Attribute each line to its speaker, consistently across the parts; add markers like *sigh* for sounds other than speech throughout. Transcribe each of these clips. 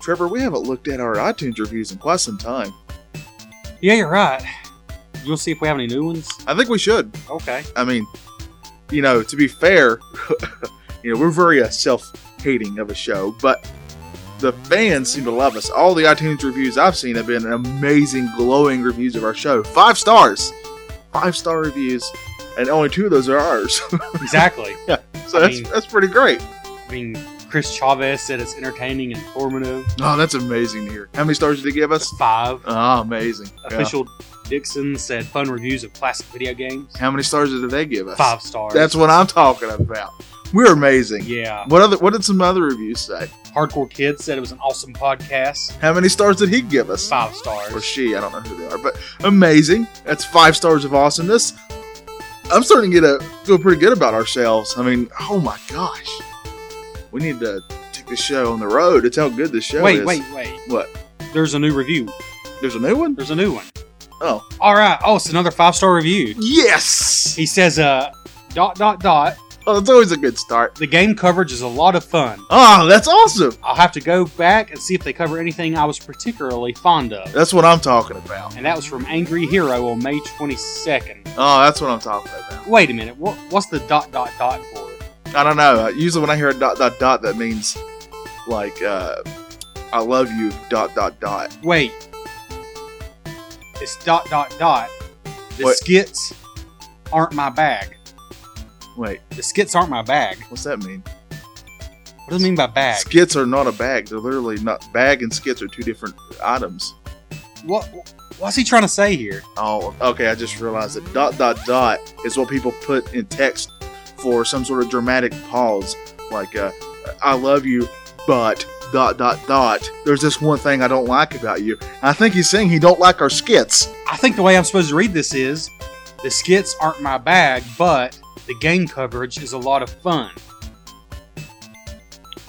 Speaker 1: Trevor, we haven't looked at our iTunes reviews in quite some time.
Speaker 2: Yeah, you're right. You'll see if we have any new ones.
Speaker 1: I think we should.
Speaker 2: Okay.
Speaker 1: I mean, you know, to be fair, *laughs* you know, we're very uh, self-hating of a show, but the fans seem to love us. All the iTunes reviews I've seen have been amazing, glowing reviews of our show. Five stars, five star reviews, and only two of those are ours. *laughs*
Speaker 2: Exactly.
Speaker 1: so
Speaker 2: I
Speaker 1: that's
Speaker 2: mean-
Speaker 1: that's pretty great.
Speaker 2: I mean, Chris Chavez said it's entertaining and informative.
Speaker 1: Oh, that's amazing to hear. How many stars did they give us?
Speaker 2: Five.
Speaker 1: Oh, amazing. Yeah.
Speaker 2: Official Dixon said fun reviews of classic video games.
Speaker 1: How many stars did they give us?
Speaker 2: Five stars.
Speaker 1: That's what I'm talking about. We're amazing.
Speaker 2: Yeah.
Speaker 1: What other? What did some other reviews say?
Speaker 2: Hardcore Kid said it was an awesome podcast.
Speaker 1: How many stars did he give us?
Speaker 2: Five stars.
Speaker 1: Or she? I don't know who they are, but amazing. That's five stars of awesomeness. I'm starting to get a feel pretty good about ourselves. I mean, oh my gosh, we need to take the show on the road. It's how good the show
Speaker 2: wait,
Speaker 1: is.
Speaker 2: wait, wait.
Speaker 1: What?
Speaker 2: There's a new review.
Speaker 1: There's a new one.
Speaker 2: There's a new one.
Speaker 1: Oh,
Speaker 2: All right. Oh, it's another five star review.
Speaker 1: yes.
Speaker 2: He says, uh, dot, dot, dot.
Speaker 1: Oh, that's always a good start.
Speaker 2: The game coverage is a lot of fun.
Speaker 1: Oh, that's awesome.
Speaker 2: I'll have to go back and see if they cover anything I was particularly fond of.
Speaker 1: That's what I'm talking about.
Speaker 2: And that was from Angry Hero on May 22nd.
Speaker 1: Oh, that's what I'm talking about.
Speaker 2: Wait a minute. What, what's the dot, dot, dot for?
Speaker 1: I don't know. Usually when I hear a dot dot dot, that means like uh, I love you dot dot dot.
Speaker 2: Wait. It's dot, dot, dot. The
Speaker 1: What?
Speaker 2: skits aren't my bag.
Speaker 1: Wait,
Speaker 2: The skits aren't my bag.
Speaker 1: what's that mean?
Speaker 2: What does it mean by bag?
Speaker 1: Skits are not a bag. They're literally not. Bag and skits are two different items.
Speaker 2: What? What's he trying to say here?
Speaker 1: Oh, okay. I just realized that dot dot dot is what people put in text for some sort of dramatic pause, like uh, I love you, but dot dot dot. There's this one thing I don't like about you. And I think he's saying he don't like our skits. *laughs*
Speaker 2: I think the way I'm supposed to read this is the skits aren't my bag, but the game coverage is a lot of fun.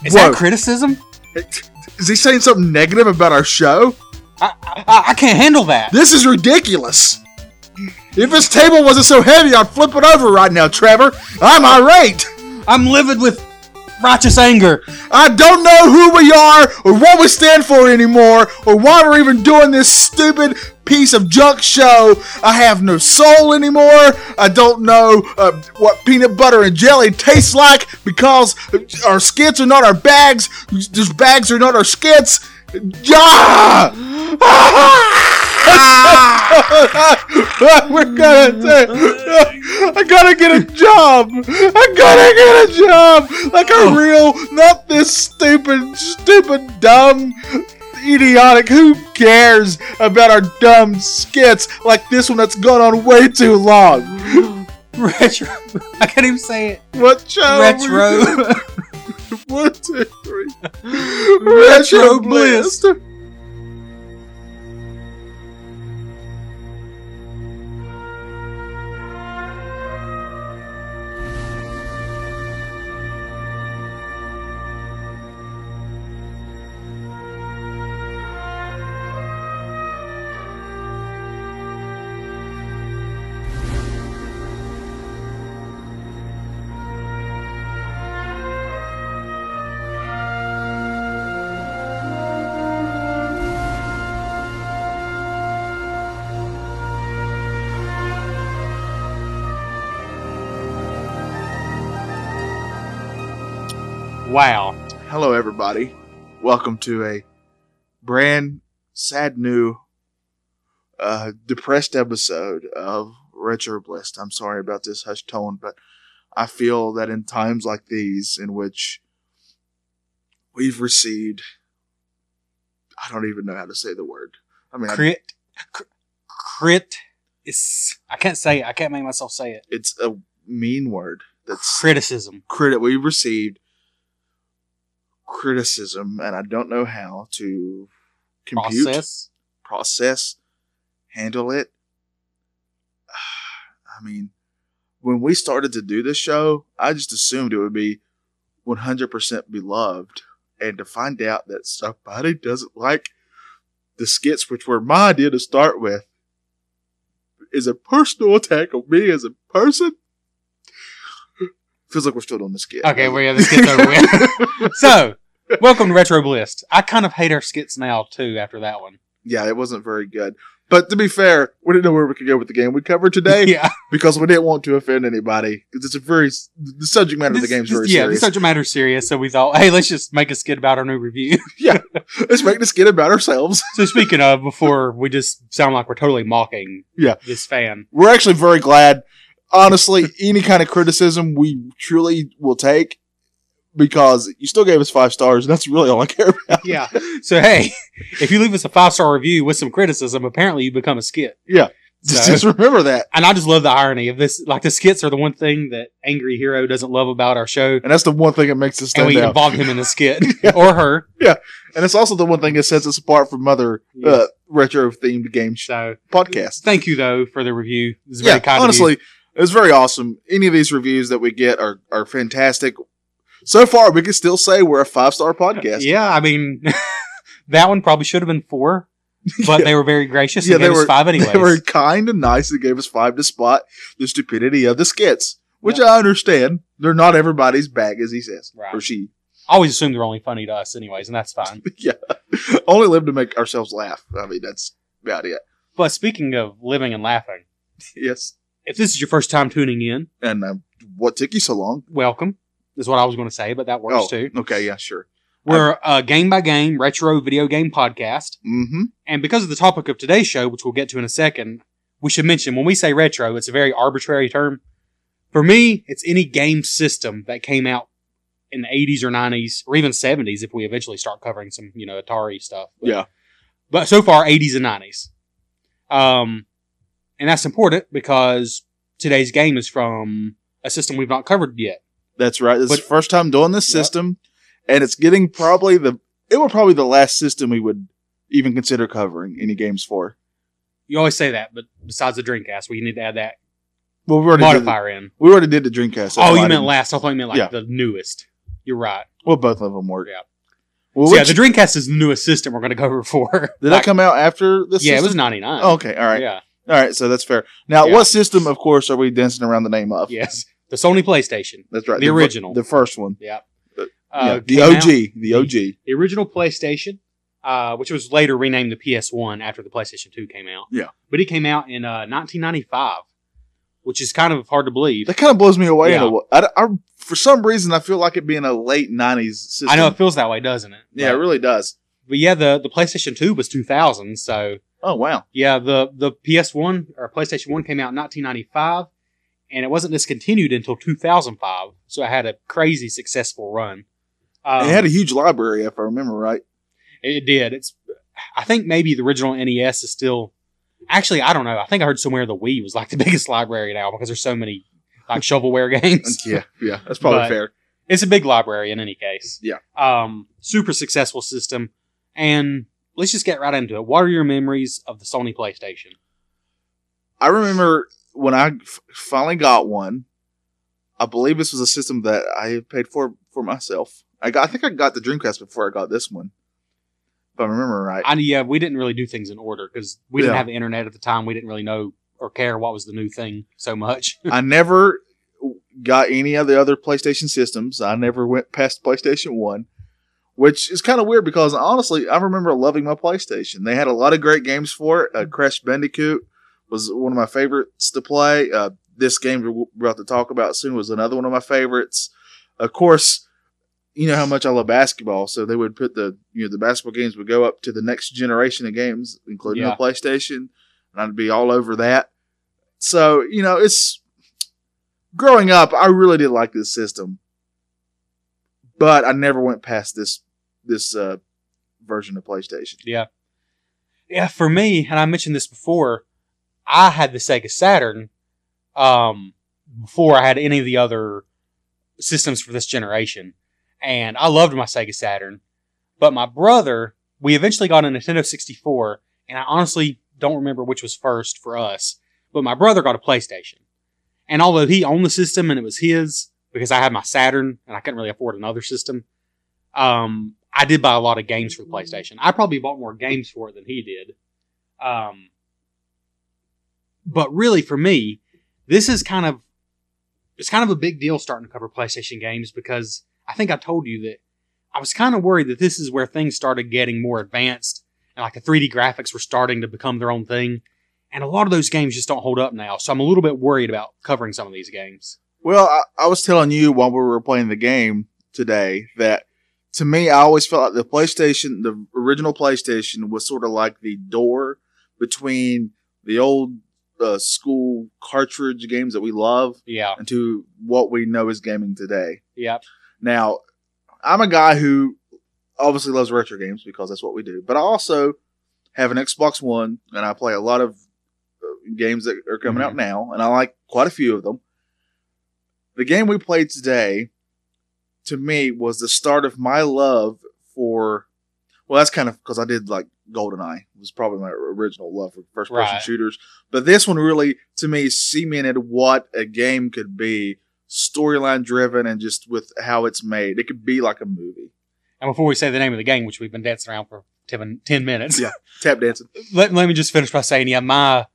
Speaker 2: Is
Speaker 1: Whoa.
Speaker 2: that criticism?
Speaker 1: Is he saying something negative about our show?
Speaker 2: I, I I can't handle that.
Speaker 1: This is ridiculous. If this table wasn't so heavy, I'd flip it over right now, Trevor. I'm irate.
Speaker 2: I'm livid with righteous anger.
Speaker 1: I don't know who we are or what we stand for anymore or why we're even doing this stupid piece of junk show. I have no soul anymore. I don't know uh, what peanut butter and jelly tastes like because our skits are not our bags. These bags are not our skits. *laughs* Ah!
Speaker 2: *laughs*
Speaker 1: Yeah! we're gonna I gotta get a job. I gotta get a job. Like a real, not this stupid, stupid, dumb, idiotic. Who cares about our dumb skits like this one that's gone on way too long?
Speaker 2: Retro. I can't even say it.
Speaker 1: What show?
Speaker 2: Retro.
Speaker 1: *laughs* one, two, three.
Speaker 2: Retro Bliss. Wow.
Speaker 1: Hello, everybody. Welcome to a brand sad new, uh, depressed episode of Retro Blist. I'm sorry about this hushed tone, but I feel that in times like these, in which we've received, I don't even know how to say the word. I mean, I-
Speaker 2: Crit. cr- Crit. It's. I can't say it. I can't make myself say it.
Speaker 1: it's a mean word. That's
Speaker 2: Criticism.
Speaker 1: credit we received criticism, and I don't know how to compute.
Speaker 2: Process.
Speaker 1: process, handle it. *sighs* I mean, when we started to do this show, I just assumed it would be 100% beloved. And to find out that somebody doesn't like the skits, which were my idea to start with, is a personal attack on me as a person. Feels like we're still doing the skit. *laughs*
Speaker 2: Okay, well, yeah, this gets over with. so, Welcome to Retro Bliss. I kind of hate our skits now too. After that one,
Speaker 1: yeah, it wasn't very good. But to be fair, we didn't know where we could go with the game we covered today
Speaker 2: *laughs* yeah,
Speaker 1: because we didn't want to offend anybody because it's a very the subject matter of the game's very
Speaker 2: yeah,
Speaker 1: serious.
Speaker 2: the subject matter's serious. So we thought, hey, let's just make a skit about our new review. *laughs*
Speaker 1: Let's make the skit about ourselves. *laughs*
Speaker 2: so speaking of, before we just sound like we're totally mocking,
Speaker 1: Yeah.
Speaker 2: this fan.
Speaker 1: We're actually very glad. Honestly, any kind of criticism we truly will take because you still gave us five stars, and that's really all I care about. *laughs*
Speaker 2: yeah. *laughs* So hey, if you leave us a five star review with some criticism, apparently you become a skit.
Speaker 1: Just,
Speaker 2: So-
Speaker 1: just remember that.
Speaker 2: And I just love the irony of this. Like the skits are the one thing that Angry Hero doesn't love about our show,
Speaker 1: And that's the one thing that makes us
Speaker 2: and
Speaker 1: stand
Speaker 2: we
Speaker 1: out.
Speaker 2: involved him in
Speaker 1: *laughs*
Speaker 2: the skit or her.
Speaker 1: And it's also the one thing that sets us apart from other uh,
Speaker 2: Yes.
Speaker 1: retro themed game sh-
Speaker 2: So
Speaker 1: podcasts.
Speaker 2: thank you though for the review. It was very kind of you.
Speaker 1: honestly, it's very awesome. Any of these reviews that we get are, are fantastic. So far, we can still say we're a five star podcast.
Speaker 2: Yeah, I mean, *laughs* that one probably should have been four, but they were very
Speaker 1: *laughs*
Speaker 2: gracious
Speaker 1: Yeah,
Speaker 2: and
Speaker 1: they
Speaker 2: gave us
Speaker 1: were-
Speaker 2: five anyways.
Speaker 1: *laughs* They were kind and nice and gave us five to spot the stupidity of the skits, which I understand. They're not everybody's bag, as he says,
Speaker 2: Right.
Speaker 1: or she. *laughs*
Speaker 2: I always assumed they're only funny to us anyways, and that's fine.
Speaker 1: yeah, only live to make ourselves laugh. I mean, that's about it.
Speaker 2: But speaking of living and laughing,
Speaker 1: Yes,
Speaker 2: if this is your first time tuning in,
Speaker 1: and um, what took you so long?
Speaker 2: welcome. Is what I was going to say, but
Speaker 1: Oh.
Speaker 2: that works too.
Speaker 1: okay, yeah, sure.
Speaker 2: We're a game by game retro video game podcast.
Speaker 1: Mm-hmm.
Speaker 2: And because of the topic of today's show, which we'll get to in a second, we should mention when we say retro, it's a very arbitrary term. For me, it's any game system that came out in the 80s or 90s or even 70s if we eventually start covering some, you know, Atari stuff. But,
Speaker 1: Yeah.
Speaker 2: But so far 80s and 90s. Um and that's important because today's game is from a system we've not covered yet.
Speaker 1: That's right. This is
Speaker 2: But-
Speaker 1: the first time doing this
Speaker 2: Yep.
Speaker 1: system, and it's getting probably the it will probably the last system we would even consider covering any games for.
Speaker 2: You always say that, but besides the Dreamcast, we need to add that
Speaker 1: Well, we already did the,
Speaker 2: modifier in.
Speaker 1: we already did the Dreamcast. so
Speaker 2: oh,
Speaker 1: I
Speaker 2: you meant
Speaker 1: didn't-
Speaker 2: last. I thought you meant like
Speaker 1: Yeah.
Speaker 2: the newest. You're right.
Speaker 1: Well, both of them work.
Speaker 2: Yeah.
Speaker 1: Well,
Speaker 2: So yeah,
Speaker 1: which-
Speaker 2: the Dreamcast is the newest system we're going to cover for.
Speaker 1: did that
Speaker 2: *laughs* Like,
Speaker 1: come out after this?
Speaker 2: yeah, it was
Speaker 1: system?
Speaker 2: 99.
Speaker 1: Oh, okay. All right.
Speaker 2: Yeah.
Speaker 1: All right. So that's fair. Now,
Speaker 2: Yeah.
Speaker 1: what system, of course, are we dancing around the name of?
Speaker 2: Yes. The Sony PlayStation.
Speaker 1: That's right.
Speaker 2: The
Speaker 1: fir-
Speaker 2: original.
Speaker 1: the first one.
Speaker 2: Uh,
Speaker 1: yeah, the
Speaker 2: came
Speaker 1: OG.
Speaker 2: out-
Speaker 1: The OG.
Speaker 2: the original PlayStation, uh, which was later renamed the PS1 after the PlayStation 2 came out.
Speaker 1: Yeah.
Speaker 2: But it came out in uh, 1995, which is kind of hard to believe.
Speaker 1: That kind of blows me away. In
Speaker 2: Yeah.
Speaker 1: a, wa- I, I, for some reason, I feel like it being a late '90s system.
Speaker 2: I know it feels that way, doesn't it?
Speaker 1: Yeah, it
Speaker 2: But,
Speaker 1: really does.
Speaker 2: but yeah, the, the PlayStation 2 was 2000, so
Speaker 1: Oh wow.
Speaker 2: Yeah, the the PS1 or PlayStation 1 came out in 1995 and it wasn't discontinued until 2005. So it had a crazy successful run. Um,
Speaker 1: it had a huge library, if I remember
Speaker 2: *laughs*
Speaker 1: right.
Speaker 2: it did. It's I think maybe the original NES is still Actually, I don't know. I think I heard somewhere the Wii was like the *laughs* biggest library now because there's so many like shovelware *laughs*
Speaker 1: *laughs*
Speaker 2: games.
Speaker 1: Yeah, yeah, that's probably
Speaker 2: But-
Speaker 1: fair.
Speaker 2: It's a big library in any case.
Speaker 1: Yeah.
Speaker 2: Um super successful system and let's just get right into it. What are your memories of the Sony PlayStation?
Speaker 1: I remember when I f- finally got one. I believe this was a system that I paid for for myself. I got, I think I got the Dreamcast before I got this one, if I remember right.
Speaker 2: I, yeah, we didn't really do things in order because we didn't
Speaker 1: Yeah.
Speaker 2: have the internet at the time. We didn't really know or care what was the new thing so much.
Speaker 1: I never got any of the other PlayStation systems. I never went past PlayStation 1, which is kind of weird because honestly, I remember loving my PlayStation. They had a lot of great games for it. Uh, Crash Bandicoot was one of my favorites to play. Uh, this game we're about to talk about soon was another one of my favorites. Of course, you know how much I love basketball, so they would put the you know the basketball games would go up to the next generation of games, including
Speaker 2: Yeah.
Speaker 1: the PlayStation, and I'd be all over that. So you know, it's growing up, I really did like this system, but I never went past this this uh, version of PlayStation.
Speaker 2: yeah, for me, and I mentioned this before, I had the Sega Saturn um, before I had any of the other systems for this generation, and I loved my Sega Saturn. But my brother, we eventually got a Nintendo 64, and I honestly don't remember which was first for us. But my brother got a PlayStation, and although he owned the system and it was his because I had my Saturn and I couldn't really afford another system, um, I did buy a lot of games for the PlayStation. I probably bought more games for it than he did. Um, but really, for me, this is kind of it's kind of a big deal starting to cover PlayStation games because I think I told you that I was kind of worried that this is where things started getting more advanced and like the 3D graphics were starting to become their own thing. And a lot of those games just don't hold up now. So I'm a little bit worried about covering some of these games.
Speaker 1: Well, I, I was telling you while we were playing the game today that to me, I always felt like the PlayStation, the original PlayStation, was sort of like the door between the old uh, school cartridge games that we love
Speaker 2: Yeah.
Speaker 1: and to what we know as gaming today.
Speaker 2: Yeah.
Speaker 1: Now, I'm a guy who obviously loves retro games because that's what we do, but I also have an Xbox One and I play a lot of uh, games that are coming out now, and I like quite a few of them. The game we played today, to me, was the start of my love for. Well, that's kind of because I did like GoldenEye was probably my original love for first person
Speaker 2: Right.
Speaker 1: shooters, but this one really, to me, cemented what a game could be storyline driven and just with how it's made. It could be like a movie.
Speaker 2: And before we say the name of the game, which we've been dancing around for 10, 10 minutes,
Speaker 1: Yeah. Tap dancing.
Speaker 2: let, let me just finish by saying, yeah, my.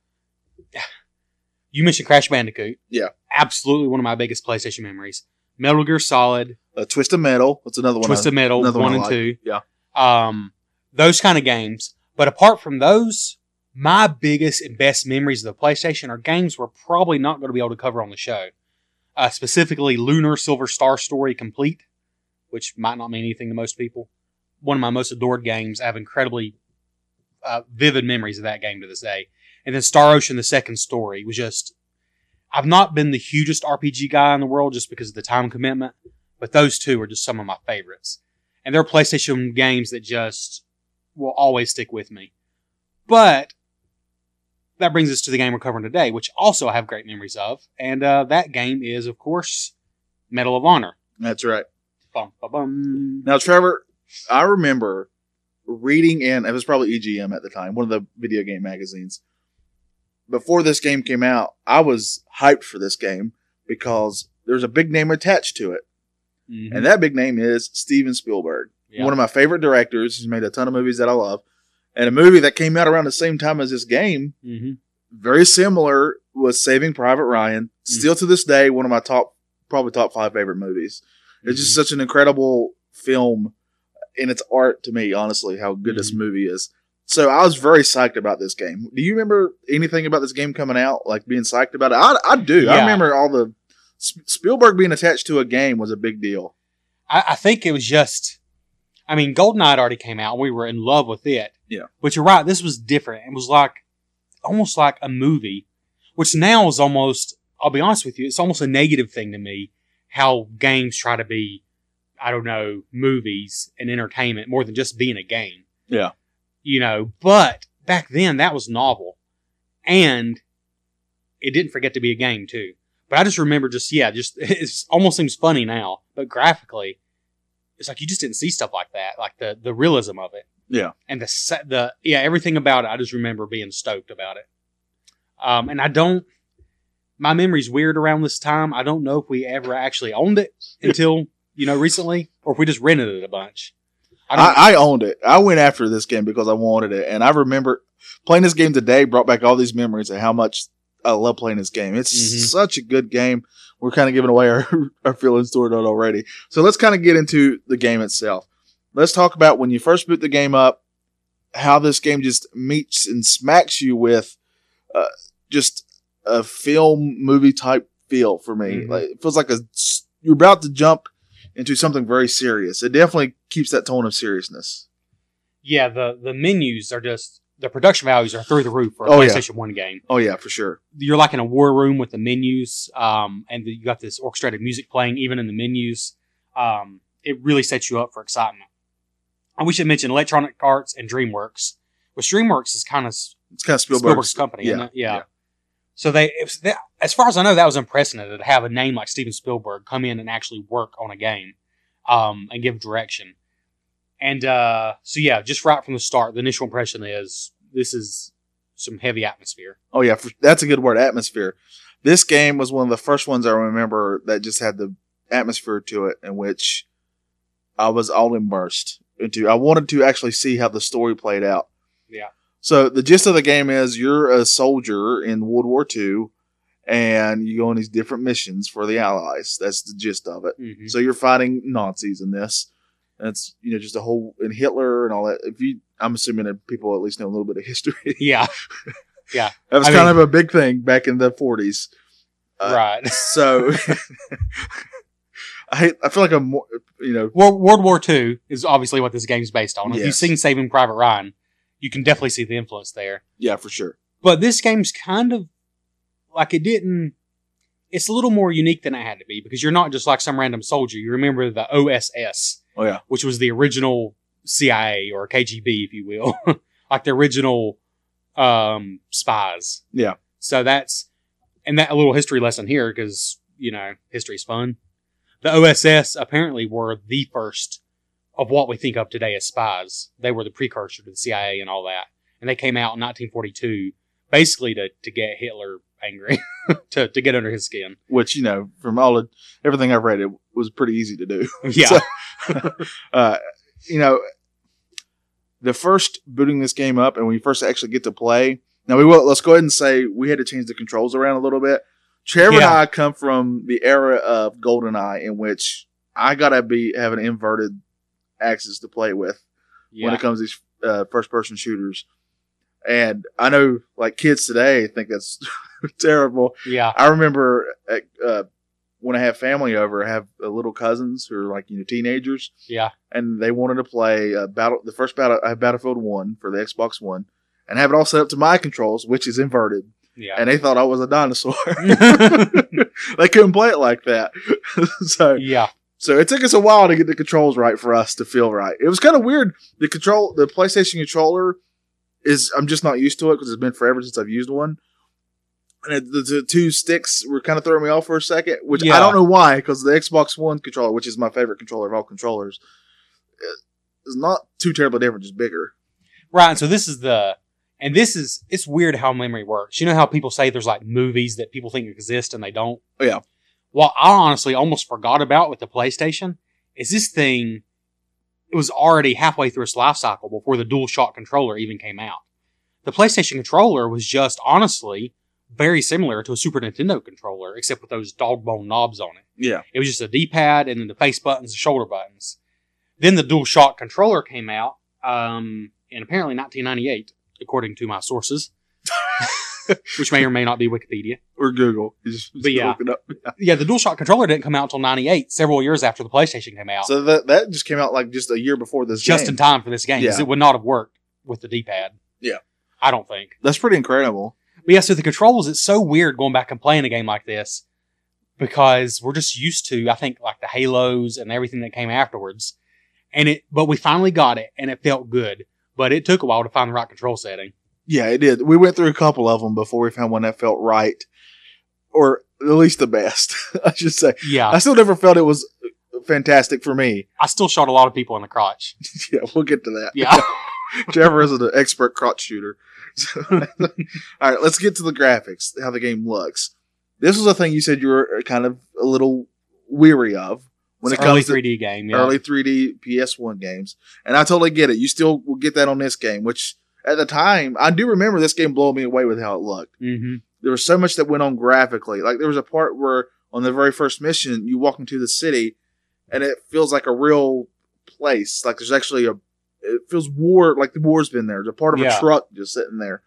Speaker 2: You mentioned Crash Bandicoot.
Speaker 1: Yeah.
Speaker 2: Absolutely one of my biggest PlayStation memories. Metal Gear Solid,
Speaker 1: Uh, Twist of Metal. What's another one?
Speaker 2: Twisted
Speaker 1: I-
Speaker 2: Metal,
Speaker 1: another one
Speaker 2: one
Speaker 1: I
Speaker 2: and
Speaker 1: like.
Speaker 2: two.
Speaker 1: Yeah.
Speaker 2: Um, those kind of games. But apart from those, my biggest and best memories of the PlayStation are games we're probably not going to be able to cover on the show. Uh, specifically, Lunar Silver Star Story Complete, which might not mean anything to most people. One of my most adored games. I have incredibly uh, vivid memories of that game to this day. And then Star Ocean: The Second Story was just. I've not been the hugest RPG guy in the world just because of the time commitment, but those two are just some of my favorites. And they're PlayStation games that just will always stick with me. But that brings us to the game we're covering today, which also I have great memories of. And uh, that game is, of course, Medal of Honor.
Speaker 1: That's right.
Speaker 2: Bum, bum, bum.
Speaker 1: Now, Trevor, I remember reading in, it was probably EGM at the time, one of the video game magazines. Before this game came out, I was hyped for this game because there's a big name attached to it.
Speaker 2: Mhm.
Speaker 1: And that big name is Steven Spielberg,
Speaker 2: Yeah.
Speaker 1: one of my favorite directors. He's made a ton of movies that I love. And a movie that came out around the same time as this game
Speaker 2: Mhm.
Speaker 1: very similar was Saving Private
Speaker 2: Hmm.
Speaker 1: Ryan. Still to this day, one of my top, probably top five favorite movies. It's
Speaker 2: Hmm.
Speaker 1: just such an incredible film in its art to me, honestly, how good this
Speaker 2: Mhm.
Speaker 1: movie is. So I was very psyched about this game. Do you remember anything about this game coming out, like being psyched about it? I, I do. I
Speaker 2: Yeah.
Speaker 1: remember all the Sp- Spielberg being attached to a game was a big deal.
Speaker 2: I, I think it was just. I mean, Goldeneye had already came out. We were in love with it.
Speaker 1: Yeah.
Speaker 2: But you're right. This was different. It was like almost like a movie, which now is almost. I'll be honest with you. It's almost a negative thing to me how games try to be. I don't know movies and entertainment more than just being a game.
Speaker 1: Yeah.
Speaker 2: You know, but back then that was novel, and it didn't forget to be a game too. But I just remember just yeah, just *laughs* it almost seems funny now, but graphically, it's like you just didn't see stuff like that, like the the realism of it.
Speaker 1: Yeah.
Speaker 2: and the se- the yeah everything about it. I just remember being stoked about it. Um, and I don't. My memory's weird around this time. I don't know if we ever actually owned it until you know recently, or if we just rented it a bunch. I don't.
Speaker 1: I, I owned it. I went after this game because I wanted it, and I remember playing this game today brought back all these memories of how much I love playing this game. It's
Speaker 2: Mhm.
Speaker 1: such a good game. We're kind of giving away our, *laughs* our feelings toward it already. So let's kind of get into the game itself. Let's talk about when you first boot the game up, how this game just meets and smacks you with uh, just a film movie type feel for me.
Speaker 2: Mhm.
Speaker 1: Like it feels like a s- you're about to jump into something very serious. It definitely keeps that tone of seriousness.
Speaker 2: yeah, the the menus are just the production values are through the roof for a
Speaker 1: Oh, yeah.
Speaker 2: PlayStation One game.
Speaker 1: Oh yeah, for sure.
Speaker 2: you're like in a war room with the menus, um, and you got this orchestrated music playing even in the menus. Um, it really sets you up for excitement. And we should mention Electronic Arts and DreamWorks, which DreamWorks is kind of
Speaker 1: It's kind of
Speaker 2: Spielberg's,
Speaker 1: Spielberg's,
Speaker 2: company,
Speaker 1: yeah,
Speaker 2: isn't it? Yeah.
Speaker 1: yeah.
Speaker 2: So they, it was, that, as far as I know, that was unprecedented to have a name like Steven Spielberg come in and actually work on a game, um, and give direction. And uh, so yeah, just right from the start, the initial impression is this is some heavy atmosphere.
Speaker 1: Oh yeah, for, that's a good word. Atmosphere. This game was one of the first ones I remember that just had the atmosphere to it, in which I was all immersed into. I wanted to actually see how the story played out.
Speaker 2: Yeah.
Speaker 1: So the gist of the game is you're a soldier in World War II, and you go on these different missions for the Allies. That's the gist of it.
Speaker 2: Mhm.
Speaker 1: So you're fighting Nazis in this, And it's you know just a whole and Hitler and all that. If you, I'm assuming that people at least know a little bit of history.
Speaker 2: Yeah,
Speaker 1: that was
Speaker 2: I
Speaker 1: kind
Speaker 2: mean-
Speaker 1: of a big thing back in the 40s. Uh,
Speaker 2: *laughs* right.
Speaker 1: So *laughs* I I feel like I'm more, you know
Speaker 2: World, World War II is obviously what this game's based on. If you've
Speaker 1: Yes.
Speaker 2: seen Saving Private Ryan, you can definitely see the influence there.
Speaker 1: yeah for sure
Speaker 2: But this game's kind of like it didn't. It's a little more unique than it had to be because you're not just like some random soldier. You remember the OSS,
Speaker 1: oh yeah
Speaker 2: which was the original CIA or KGB, if you will, *laughs* like the original um, spies.
Speaker 1: Yeah.
Speaker 2: So that's and that a little history lesson here because you know history's fun. The OSS apparently were the first of what we think of today as spies. They were the precursor to the CIA and all that, and they came out in 1942 basically to to get Hitler angry, *laughs* to to get under his skin.
Speaker 1: which you know from all the everything I've read it was pretty easy to do.
Speaker 2: Yeah.
Speaker 1: *laughs* So- *laughs* Uh, you know, the first booting this game up and when you first actually get to play. Now we will let's go ahead and say we had to change the controls around a little bit. Trevor and
Speaker 2: Yeah.
Speaker 1: I come from the era of GoldenEye in which I gotta be have an inverted axis to play with when
Speaker 2: yeah.
Speaker 1: it comes to these uh, first person shooters. And I know like kids today think that's *laughs* terrible.
Speaker 2: Yeah.
Speaker 1: I remember uh, uh, when I have family over, I have uh, little cousins who are like you know teenagers,
Speaker 2: Yeah.
Speaker 1: and they wanted to play uh, battle the first battle I have Battlefield One for the Xbox One, and have it all set up to my controls, which is inverted,
Speaker 2: Yeah.
Speaker 1: and they thought I was a
Speaker 2: *laughs*
Speaker 1: dinosaur. *laughs* they couldn't play it like that, *laughs* so
Speaker 2: yeah.
Speaker 1: so it took us a while to get the controls right for us to feel right. It was kind of weird. The control, the PlayStation controller, is I'm just not used to it because it's been forever since I've used one. And it, the, the two sticks were kind of throwing me off for a second, which I
Speaker 2: Yeah.
Speaker 1: don't know why, because the Xbox One controller, which is my favorite controller of all controllers, i- is not too terribly different, just bigger.
Speaker 2: Right. So this is the, and this is, it's weird how memory works. You know how people say there's like movies that people think exist and they don't?
Speaker 1: Yeah.
Speaker 2: What I honestly almost forgot about with the PlayStation is this thing, it was already halfway through its life cycle before the DualShock controller even came out. The PlayStation controller was just honestly very similar to a Super Nintendo controller, except with those dog bone knobs on it.
Speaker 1: Yeah,
Speaker 2: It was just a D-pad and then the face buttons, the shoulder buttons. Then the DualShock controller came out um, in apparently 1998, according to my sources, *laughs* which may or may not be Wikipedia.
Speaker 1: or Google. You just- just
Speaker 2: But yeah.
Speaker 1: look it up.
Speaker 2: Yeah, the DualShock controller didn't come out until 98, several years after the PlayStation came out,
Speaker 1: So that that just came out like just a year before this.
Speaker 2: just
Speaker 1: game.
Speaker 2: in time for this game, because
Speaker 1: Yeah.
Speaker 2: it would not have worked with the D-pad.
Speaker 1: Yeah.
Speaker 2: I don't think.
Speaker 1: That's pretty incredible.
Speaker 2: But yeah, so the controls, it's so weird going back and playing a game like this because we're just used to, I think, like the Halos and everything that came afterwards. And it, but we finally got it and it felt good. But it took a while to find the right control setting.
Speaker 1: Yeah, it did. We went through a couple of them before we found one that felt right, or at least the best, *laughs* I should say.
Speaker 2: Yeah.
Speaker 1: I still never felt it was fantastic for me. *laughs*
Speaker 2: I still shot a lot of people in the crotch.
Speaker 1: Yeah, we'll get to that.
Speaker 2: Yeah.
Speaker 1: Trevor is an expert crotch shooter. *laughs* So, all right, let's get to the graphics, how the game looks. This was a thing you said you were uh, kind of a little weary of when
Speaker 2: It's
Speaker 1: it
Speaker 2: an early
Speaker 1: comes to
Speaker 2: 3D game. Yeah.
Speaker 1: early 3D PS1 games. And I totally get it. You still will get that on this game, which at the time, I do remember this game blowing me away with how it looked.
Speaker 2: hmm
Speaker 1: there was so much that went on graphically. Like there was a part where on the very first mission, you walk into the city, and it feels like a real place. Like there's actually a, it feels war like the war's been there. There's a part of
Speaker 2: Yeah.
Speaker 1: a truck just sitting there,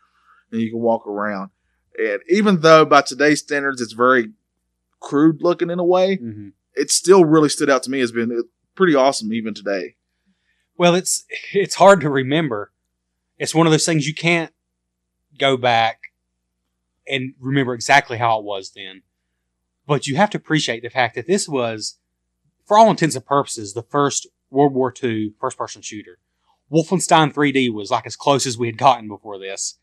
Speaker 1: and you can walk around. And even though by today's standards, it's very crude looking in a way,
Speaker 2: hmm
Speaker 1: it still really stood out to me as being pretty awesome even today.
Speaker 2: Well, it's, it's hard to remember. It's one of those things you can't go back and remember exactly how it was then. But you have to appreciate the fact that this was, for all intents and purposes, the first World War II first person shooter. Wolfenstein 3D was like as close as we had gotten before this.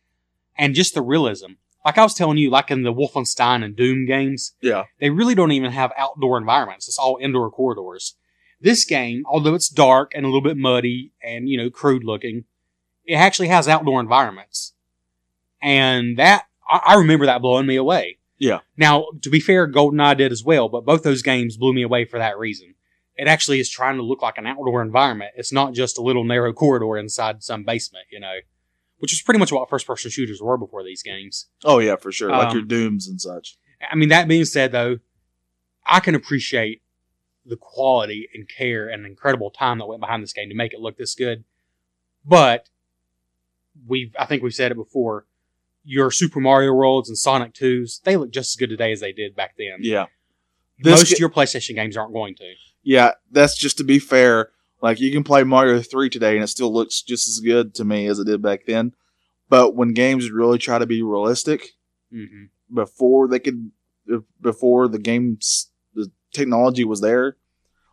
Speaker 2: And just the realism. Like I was telling you, like in the Wolfenstein and Doom games,
Speaker 1: Yeah.
Speaker 2: they really don't even have outdoor environments. It's all indoor corridors. This game, although it's dark and a little bit muddy and, you know, crude looking, it actually has outdoor environments. And that, I, I remember that blowing me away.
Speaker 1: Yeah.
Speaker 2: Now, to be fair, GoldenEye did as well, but both those games blew me away for that reason. It actually is trying to look like an outdoor environment. It's not just a little narrow corridor inside some basement, you know, which is pretty much what first person shooters were before these games.
Speaker 1: Oh yeah, for sure. like
Speaker 2: Um,
Speaker 1: your dooms and such.
Speaker 2: I mean, that being said, though, I can appreciate the quality and care and incredible time that went behind this game to make it look this good. But we've I think we've said it before. Your Super Mario Worlds and Sonic 2s, they look just as good today as they did back then.
Speaker 1: Yeah. This
Speaker 2: Most
Speaker 1: ga-
Speaker 2: of your PlayStation games aren't going to.
Speaker 1: Yeah, that's just to be fair. Like you can play Mario 3 today and it still looks just as good to me as it did back then. But when games really try to be realistic
Speaker 2: Mm-hmm.
Speaker 1: before they could before the games the technology was there,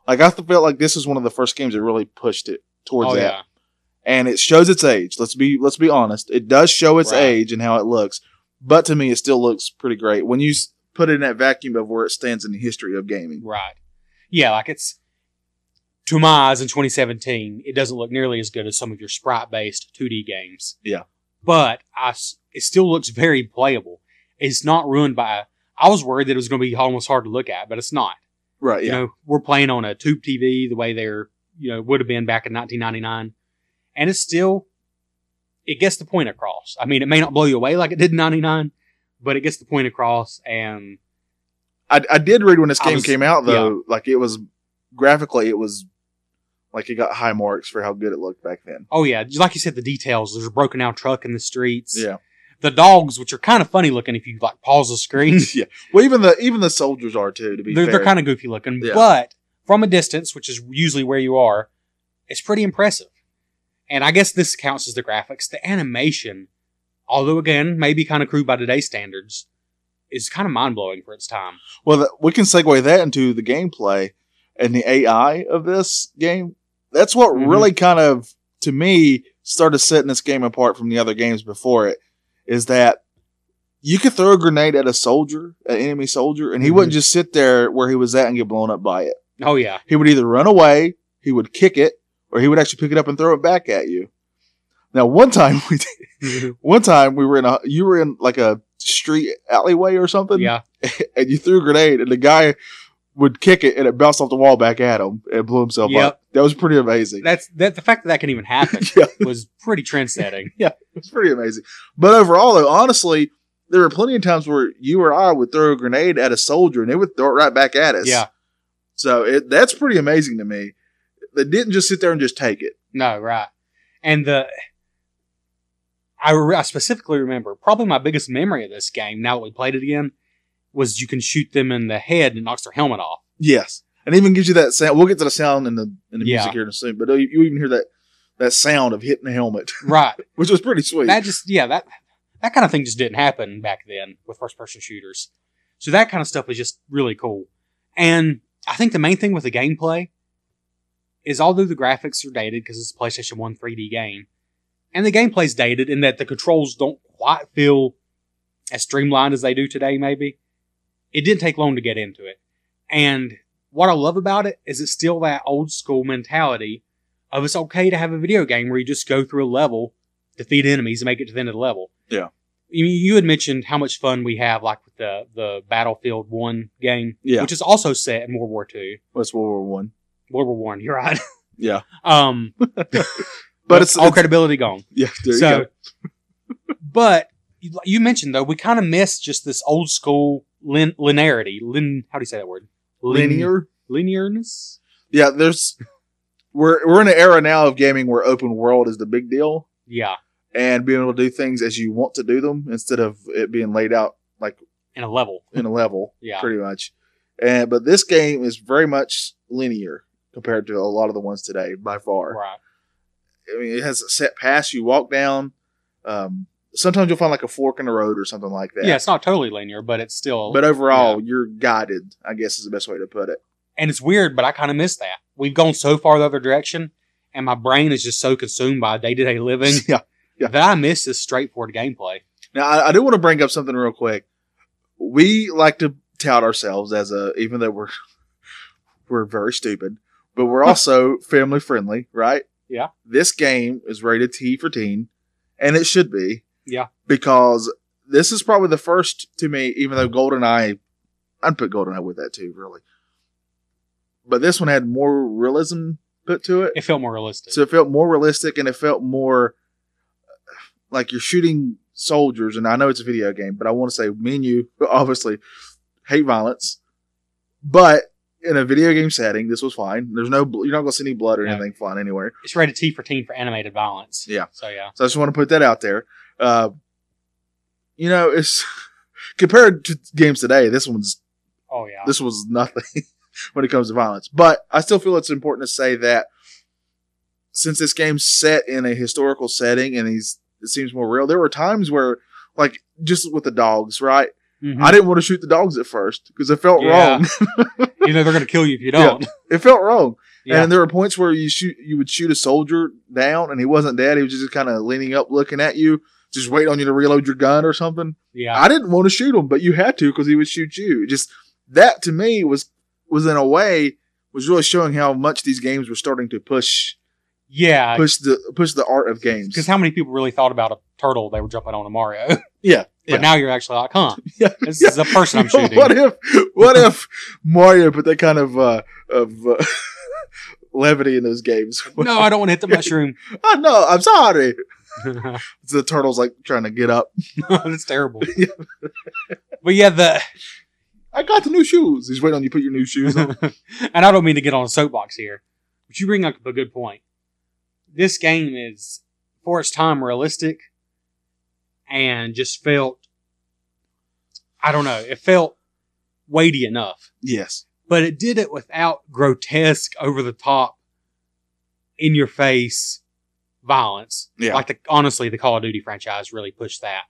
Speaker 1: like I felt like this is one of the first games that really pushed it towards
Speaker 2: Oh
Speaker 1: that.
Speaker 2: yeah,
Speaker 1: And it shows its age. Let's be let's be honest. It does show its
Speaker 2: Right.
Speaker 1: age and how it looks. But to me it still looks pretty great when you s- put it in that vacuum of where it stands in the history of gaming.
Speaker 2: right. Yeah, like it's to my eyes in 2017, it doesn't look nearly as good as some of your sprite-based 2D games.
Speaker 1: Yeah.
Speaker 2: but I s it still looks very playable. It's not ruined by. I was worried that it was going to be almost hard to look at, but it's not.
Speaker 1: Right,
Speaker 2: You
Speaker 1: yeah.
Speaker 2: know, we're playing on a tube TV the way they're you know would have been back in 1999, and it's still it gets the point across. I mean, it may not blow you away like it did in '99, but it gets the point across, and
Speaker 1: I, I did read when this
Speaker 2: I
Speaker 1: game
Speaker 2: was-
Speaker 1: came out though, like it was graphically it was like it got high marks for how good it looked back then.
Speaker 2: Oh yeah, just like you said, the details. There's a broken out truck in the streets.
Speaker 1: Yeah.
Speaker 2: The dogs, which are kind of funny looking if you like pause
Speaker 1: *laughs*
Speaker 2: the screen,
Speaker 1: yeah. Well even the even the soldiers are too, to be
Speaker 2: they're,
Speaker 1: fair.
Speaker 2: they're kind of goofy looking.
Speaker 1: Yeah.
Speaker 2: But from a distance, which is usually where you are, it's pretty impressive. And I guess this counts as the graphics. The animation, although again maybe kind of crude by today's standards, is kind of mind blowing for its time.
Speaker 1: well th- we can segue that into the gameplay and the AI of this game. That's what
Speaker 2: Mhm.
Speaker 1: really kind of to me started setting this game apart from the other games before it is that you could throw a grenade at a soldier, an enemy soldier, and he
Speaker 2: Mhm.
Speaker 1: wouldn't just sit there where he was at and get blown up by it.
Speaker 2: Oh
Speaker 1: *laughs*
Speaker 2: yeah,
Speaker 1: he would either run away, he would kick it, or he would actually pick it up and throw it back at you. Now, one time *laughs* we did, one time we were in a you were in like a street alleyway or something,
Speaker 2: yeah.
Speaker 1: and you threw a grenade, and the guy would kick it, and it bounced off the wall back at him and blew himself up. That was pretty amazing.
Speaker 2: That's that. The fact that that can even happen
Speaker 1: *laughs* yeah,
Speaker 2: was
Speaker 1: *laughs*
Speaker 2: pretty trendsetting.
Speaker 1: it's pretty amazing. But overall, though, honestly, there were plenty of times where you or I would throw a grenade at a soldier, and they would throw it right back at us.
Speaker 2: Yeah.
Speaker 1: So it, that's pretty amazing to me. They didn't just sit there and just take it.
Speaker 2: No, right. And the I, re- I specifically remember probably my biggest memory of this game. Now that we played it again, was you can shoot them in the head and it knocks their helmet off.
Speaker 1: Yes, and even gives you that sound. We'll get to the sound in the in the
Speaker 2: Yeah.
Speaker 1: music here in a second, but uh, you you even hear that that sound of hitting the helmet, *laughs*
Speaker 2: Right.
Speaker 1: which was pretty sweet.
Speaker 2: that just yeah that that kind of thing just didn't happen back then with first person shooters. So that kind of stuff was just really cool. And I think the main thing with the gameplay is although the graphics are dated because it's a PlayStation 1 3D game, and the gameplay's dated in that the controls don't quite feel as streamlined as they do today, maybe, it didn't take long to get into it. And what I love about it is it's still that old school mentality of it's okay to have a video game where you just go through a level, defeat enemies, and make it to the end of the level.
Speaker 1: Yeah.
Speaker 2: You, you had mentioned how much fun we have, like with the, the Battlefield 1 game,
Speaker 1: Yeah.
Speaker 2: which is also set in World War II.
Speaker 1: That's World War One.
Speaker 2: World War One. *laughs* You're right.
Speaker 1: Yeah,
Speaker 2: Um,
Speaker 1: but it's,
Speaker 2: all
Speaker 1: it's-
Speaker 2: credibility gone.
Speaker 1: yeah. There you
Speaker 2: So,
Speaker 1: go.
Speaker 2: *laughs* but you, you mentioned though we kind of miss just this old school lin- linearity. Lin, how do you say that word? Lin-
Speaker 1: linear.
Speaker 2: linearness.
Speaker 1: Yeah, there's we're we're in an era now of gaming where open world is the big deal,
Speaker 2: Yeah,
Speaker 1: and being able to do things as you want to do them instead of it being laid out like
Speaker 2: in a level.
Speaker 1: in a level,
Speaker 2: Yeah,
Speaker 1: pretty much. And but this game is very much linear compared to a lot of the ones today by far.
Speaker 2: right.
Speaker 1: I mean, it has a set path you walk down. Um, sometimes you'll find like a fork in the road or something like that.
Speaker 2: Yeah. it's not totally linear, but it's still.
Speaker 1: But overall, you're guided. I guess is the best way to put it.
Speaker 2: and it's weird, but I kind of miss that. We've gone so far the other direction, and my brain is just so consumed by day to day living
Speaker 1: yeah. *laughs* Yeah.
Speaker 2: that I miss this straightforward gameplay.
Speaker 1: Now I, I do want to bring up something real quick. We like to tout ourselves as a, even though we're *laughs* we're very stupid, but
Speaker 2: *laughs*
Speaker 1: we're also family friendly, right?
Speaker 2: Yeah.
Speaker 1: This game is rated T for teen, and it should be.
Speaker 2: Yeah.
Speaker 1: Because this is probably the first to me, even though GoldenEye, I'd put GoldenEye with that too, really. But this one had more realism put to it.
Speaker 2: It felt more realistic.
Speaker 1: So it felt more realistic and it felt more uh, like you're shooting soldiers. And I know it's a *laughs* video game, but I want to say me and you obviously hate violence, but in a video game setting, this was fine. There's no, bl- you're not gonna see any blood or
Speaker 2: No.
Speaker 1: anything flying anywhere.
Speaker 2: It's rated T for teen for animated violence.
Speaker 1: Yeah.
Speaker 2: So yeah.
Speaker 1: So I just want to put that out there. Uh, you know, it's *laughs* compared to games today, this one's
Speaker 2: Oh yeah.
Speaker 1: this was nothing *laughs* when it comes to violence. But I still feel it's important to say that since this game's set in a historical setting and these it seems more real, there were times where like just with the dogs, right?
Speaker 2: Mhm.
Speaker 1: I didn't want to shoot the dogs at first because it felt
Speaker 2: Yeah.
Speaker 1: wrong. *laughs*
Speaker 2: you know they're gonna kill you if you don't. *laughs*
Speaker 1: It felt wrong.
Speaker 2: Yeah.
Speaker 1: And there were points where you shoot you would shoot a soldier down and he wasn't dead. He was just kind of leaning up looking at you, just waiting on you to reload your gun or something.
Speaker 2: Yeah.
Speaker 1: I didn't want to shoot him, but you had to because he would shoot you. Just that to me was was in a way was really showing how much these games were starting to push
Speaker 2: yeah.
Speaker 1: push the push the art of games.
Speaker 2: Because how many people really thought about a turtle they were jumping on a Mario? *laughs* but
Speaker 1: yeah, yeah.
Speaker 2: now you're actually
Speaker 1: *laughs*
Speaker 2: like, huh?
Speaker 1: *laughs* Yeah.
Speaker 2: This is a
Speaker 1: *laughs*
Speaker 2: person I'm shooting.
Speaker 1: what if what if Mario put that kind of uh, of uh, *laughs* levity in those games? *laughs*
Speaker 2: no, I don't want to hit the mushroom. *laughs*
Speaker 1: I know. I'm sorry. The turtle's like trying to get up.
Speaker 2: That's terrible. but yeah, the
Speaker 1: I got the new shoes. He's waiting on you to put your new shoes
Speaker 2: *laughs*
Speaker 1: on.
Speaker 2: and I don't mean to get on a soapbox here, but you bring up a good point. This game is, for its time, realistic and just felt, I don't know, it felt weighty enough,
Speaker 1: yes.
Speaker 2: but it did it without grotesque, over the top, in your face violence.
Speaker 1: Yeah.
Speaker 2: Like, the, honestly, the Call of Duty franchise really pushed that,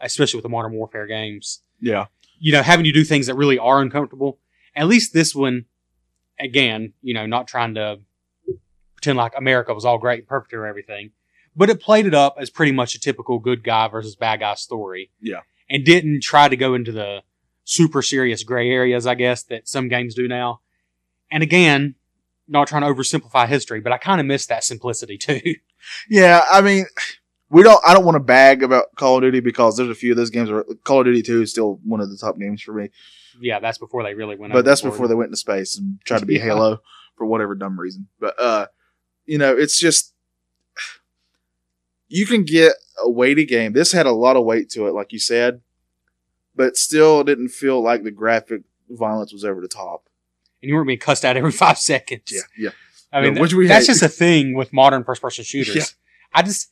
Speaker 2: especially with the Modern Warfare games
Speaker 1: Yeah.
Speaker 2: you know, having you do things that really are uncomfortable. At least this one, again, you know, not trying to pretend like America was all great and perfect or everything, but it played it up as pretty much a typical good guy versus bad guy story.
Speaker 1: Yeah.
Speaker 2: And didn't try to go into the super serious gray areas, I guess, that some games do now. And again, not trying to oversimplify history, but I kind of miss that simplicity too. *laughs*
Speaker 1: Yeah, I mean, we don't. I don't want to bag about Call of Duty because there's a few of those games. Where Call of Duty Two is still one of the top games for me,
Speaker 2: yeah, that's before they really went.
Speaker 1: but that's
Speaker 2: overboard.
Speaker 1: before they went into space and tried to be
Speaker 2: *laughs* Yeah.
Speaker 1: Halo for whatever dumb reason. But uh, you know, it's just you can get a weighty game. This had a lot of weight to it, like you said, but still didn't feel like the graphic violence was over the top.
Speaker 2: and you weren't being cussed out every *laughs* five seconds.
Speaker 1: yeah,
Speaker 2: I
Speaker 1: Yeah,
Speaker 2: mean,
Speaker 1: which we
Speaker 2: that's
Speaker 1: hate.
Speaker 2: just a thing with modern first person shooters.
Speaker 1: Yeah.
Speaker 2: I just,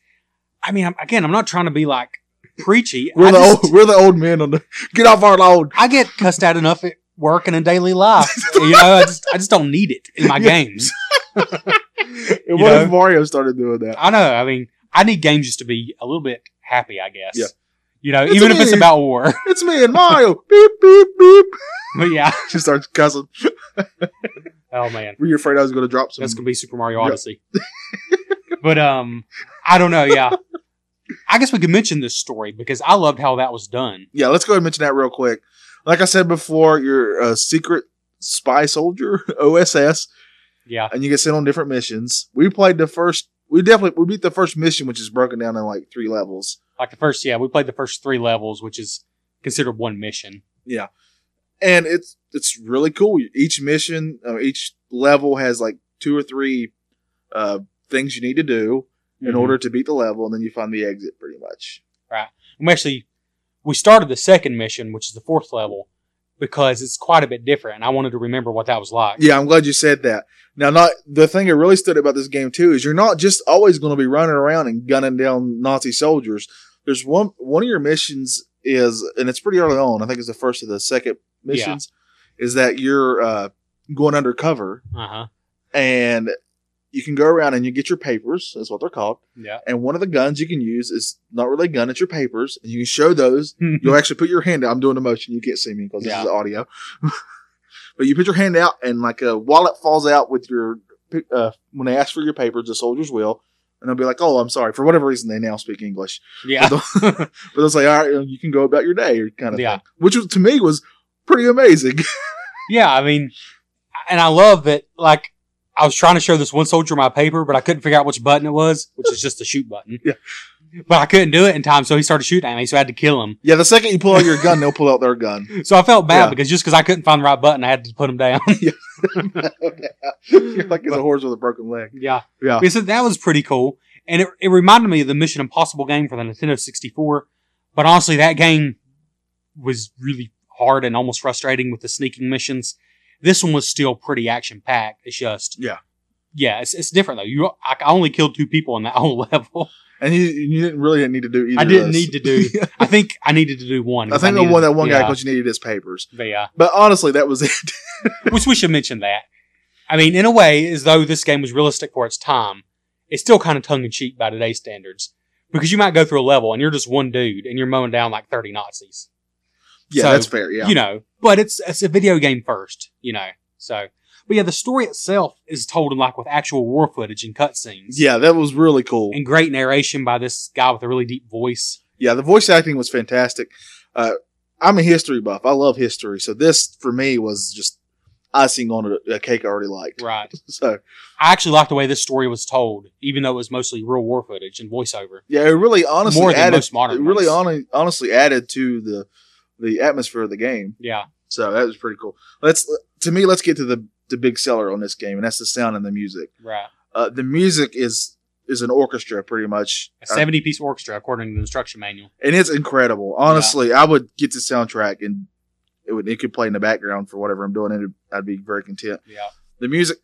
Speaker 2: I mean, I'm, again, I'm not trying to be like preachy.
Speaker 1: we're
Speaker 2: I,
Speaker 1: the
Speaker 2: just-
Speaker 1: old, we're the old men on the get off our
Speaker 2: *laughs*
Speaker 1: lawn.
Speaker 2: I get cussed out enough at work and in
Speaker 1: *laughs*
Speaker 2: daily life. you know, I just, I just don't need it in my
Speaker 1: Yeah.
Speaker 2: games.
Speaker 1: And what if Mario started doing that?
Speaker 2: I know. I mean, I need games just to be a little bit happy, I guess.
Speaker 1: Yeah.
Speaker 2: You know,
Speaker 1: It's
Speaker 2: even if
Speaker 1: me.
Speaker 2: it's about war. *laughs*
Speaker 1: It's me and Mario. beep beep beep. *laughs*
Speaker 2: but yeah.
Speaker 1: She starts cussing.
Speaker 2: Oh, man.
Speaker 1: Were you afraid I was going to drop some?
Speaker 2: That's gonna be Super Mario
Speaker 1: Yeah.
Speaker 2: Odyssey. but um, I don't know. Yeah, I guess we could mention this story because I loved how that was done.
Speaker 1: yeah, let's go ahead and mention that real quick. Like I said before, you're a secret spy soldier, *laughs* OSS,
Speaker 2: Yeah,
Speaker 1: and you get sent on different missions. We played the first. We definitely we beat the first mission, which is broken down in like three levels,
Speaker 2: like the first. Yeah, we played the first three levels, which is considered one mission.
Speaker 1: and it's it's really cool. Each mission, uh, each level has like two or three uh, things you need to do in
Speaker 2: Mm-hmm.
Speaker 1: order to beat the level, and then you find the exit, pretty much.
Speaker 2: we actually we started the second mission, which is the fourth level, because it's quite a bit different, and I wanted to remember what that was like.
Speaker 1: Yeah, I'm glad you said that. Now, not the thing that really stood about this game too is you're not just always going to be running around and gunning down Nazi soldiers. There's one one of your missions is, and it's pretty early on. I think it's the first of the second missions, is that you're uh, going undercover
Speaker 2: Uh huh.
Speaker 1: and you can go around and you get your papers. That's what they're called.
Speaker 2: Yeah.
Speaker 1: And one of the guns you can use is not really a gun; it's your papers, and you can show those You'll actually put your hand out. I'm doing a motion. You can't see me because
Speaker 2: Yeah.
Speaker 1: this is audio. *laughs* but you put your hand out, and like a wallet falls out with your uh, when they ask for your papers, the soldiers will, and they'll be like, "Oh, I'm sorry." For whatever reason, they now speak English,
Speaker 2: *laughs* yeah.
Speaker 1: but they'll *laughs* say, "All right, you can go about your day," or kind of
Speaker 2: Yeah.
Speaker 1: thing, which was, to me was pretty amazing. *laughs*
Speaker 2: Yeah, I mean, and I love that. Like, I was trying to show this one soldier my paper, but I couldn't figure out which button it was, which is just the shoot button.
Speaker 1: *laughs* Yeah.
Speaker 2: But I couldn't do it in time, so he started shooting at me, so I had to kill him.
Speaker 1: yeah, the second you pull out your gun, they'll pull out their gun. *laughs*
Speaker 2: So I felt bad
Speaker 1: Yeah.
Speaker 2: because just because I couldn't find the right button, I had to put him down.
Speaker 1: You're like it's a horse with a broken leg.
Speaker 2: yeah.
Speaker 1: Yeah.
Speaker 2: So that was pretty cool. And it, it reminded me of the Mission Impossible game for the Nintendo 64. But honestly, that game was really hard and almost frustrating with the sneaking missions. This one was still pretty action packed. It's just
Speaker 1: Yeah.
Speaker 2: yeah. It's, it's different though. You I only killed two people on that *laughs* whole level.
Speaker 1: And you, you didn't really need to do either.
Speaker 2: I
Speaker 1: of
Speaker 2: didn't
Speaker 1: those.
Speaker 2: need to do. I think I needed to do
Speaker 1: *laughs*
Speaker 2: one.
Speaker 1: I
Speaker 2: 'cause
Speaker 1: think the
Speaker 2: needed-
Speaker 1: one that one guy
Speaker 2: yeah,
Speaker 1: because you needed his papers.
Speaker 2: but yeah.
Speaker 1: But honestly, that was *laughs* it.
Speaker 2: which we should mention that. I mean, in a way, as though this game was realistic for its time, it's still kind of tongue in cheek by today's standards. Because you might go through a level and you're just one dude and you're mowing down like 30 Nazis.
Speaker 1: yeah,
Speaker 2: So,
Speaker 1: that's fair. Yeah.
Speaker 2: You know, but it's it's a video game first, you know. So, but yeah, the story itself is told in like with actual war footage and cutscenes.
Speaker 1: yeah, that was really cool.
Speaker 2: And great narration by this guy with a really deep voice.
Speaker 1: Yeah, the voice acting was fantastic. Uh, I'm a history buff. I love history, so this for me was just icing on a, a cake I already liked.
Speaker 2: Right.
Speaker 1: So
Speaker 2: I actually liked the way this story was told, even though it was mostly real war footage and voiceover.
Speaker 1: yeah, it really honestly
Speaker 2: More than
Speaker 1: added.
Speaker 2: most modern
Speaker 1: it really
Speaker 2: ones.
Speaker 1: hon- honestly added to the the atmosphere of the game.
Speaker 2: Yeah.
Speaker 1: So that was pretty cool. Let's to me, let's get to the the big seller on this game, and that's the sound and the music.
Speaker 2: Right.
Speaker 1: Uh, the music is is an orchestra pretty much,
Speaker 2: A
Speaker 1: Uh,
Speaker 2: 70 piece orchestra, according to the instruction manual.
Speaker 1: and it's incredible. Honestly, I would get the soundtrack and it would it could play in the background for whatever I'm doing, and it, I'd be very content.
Speaker 2: Yeah.
Speaker 1: The music.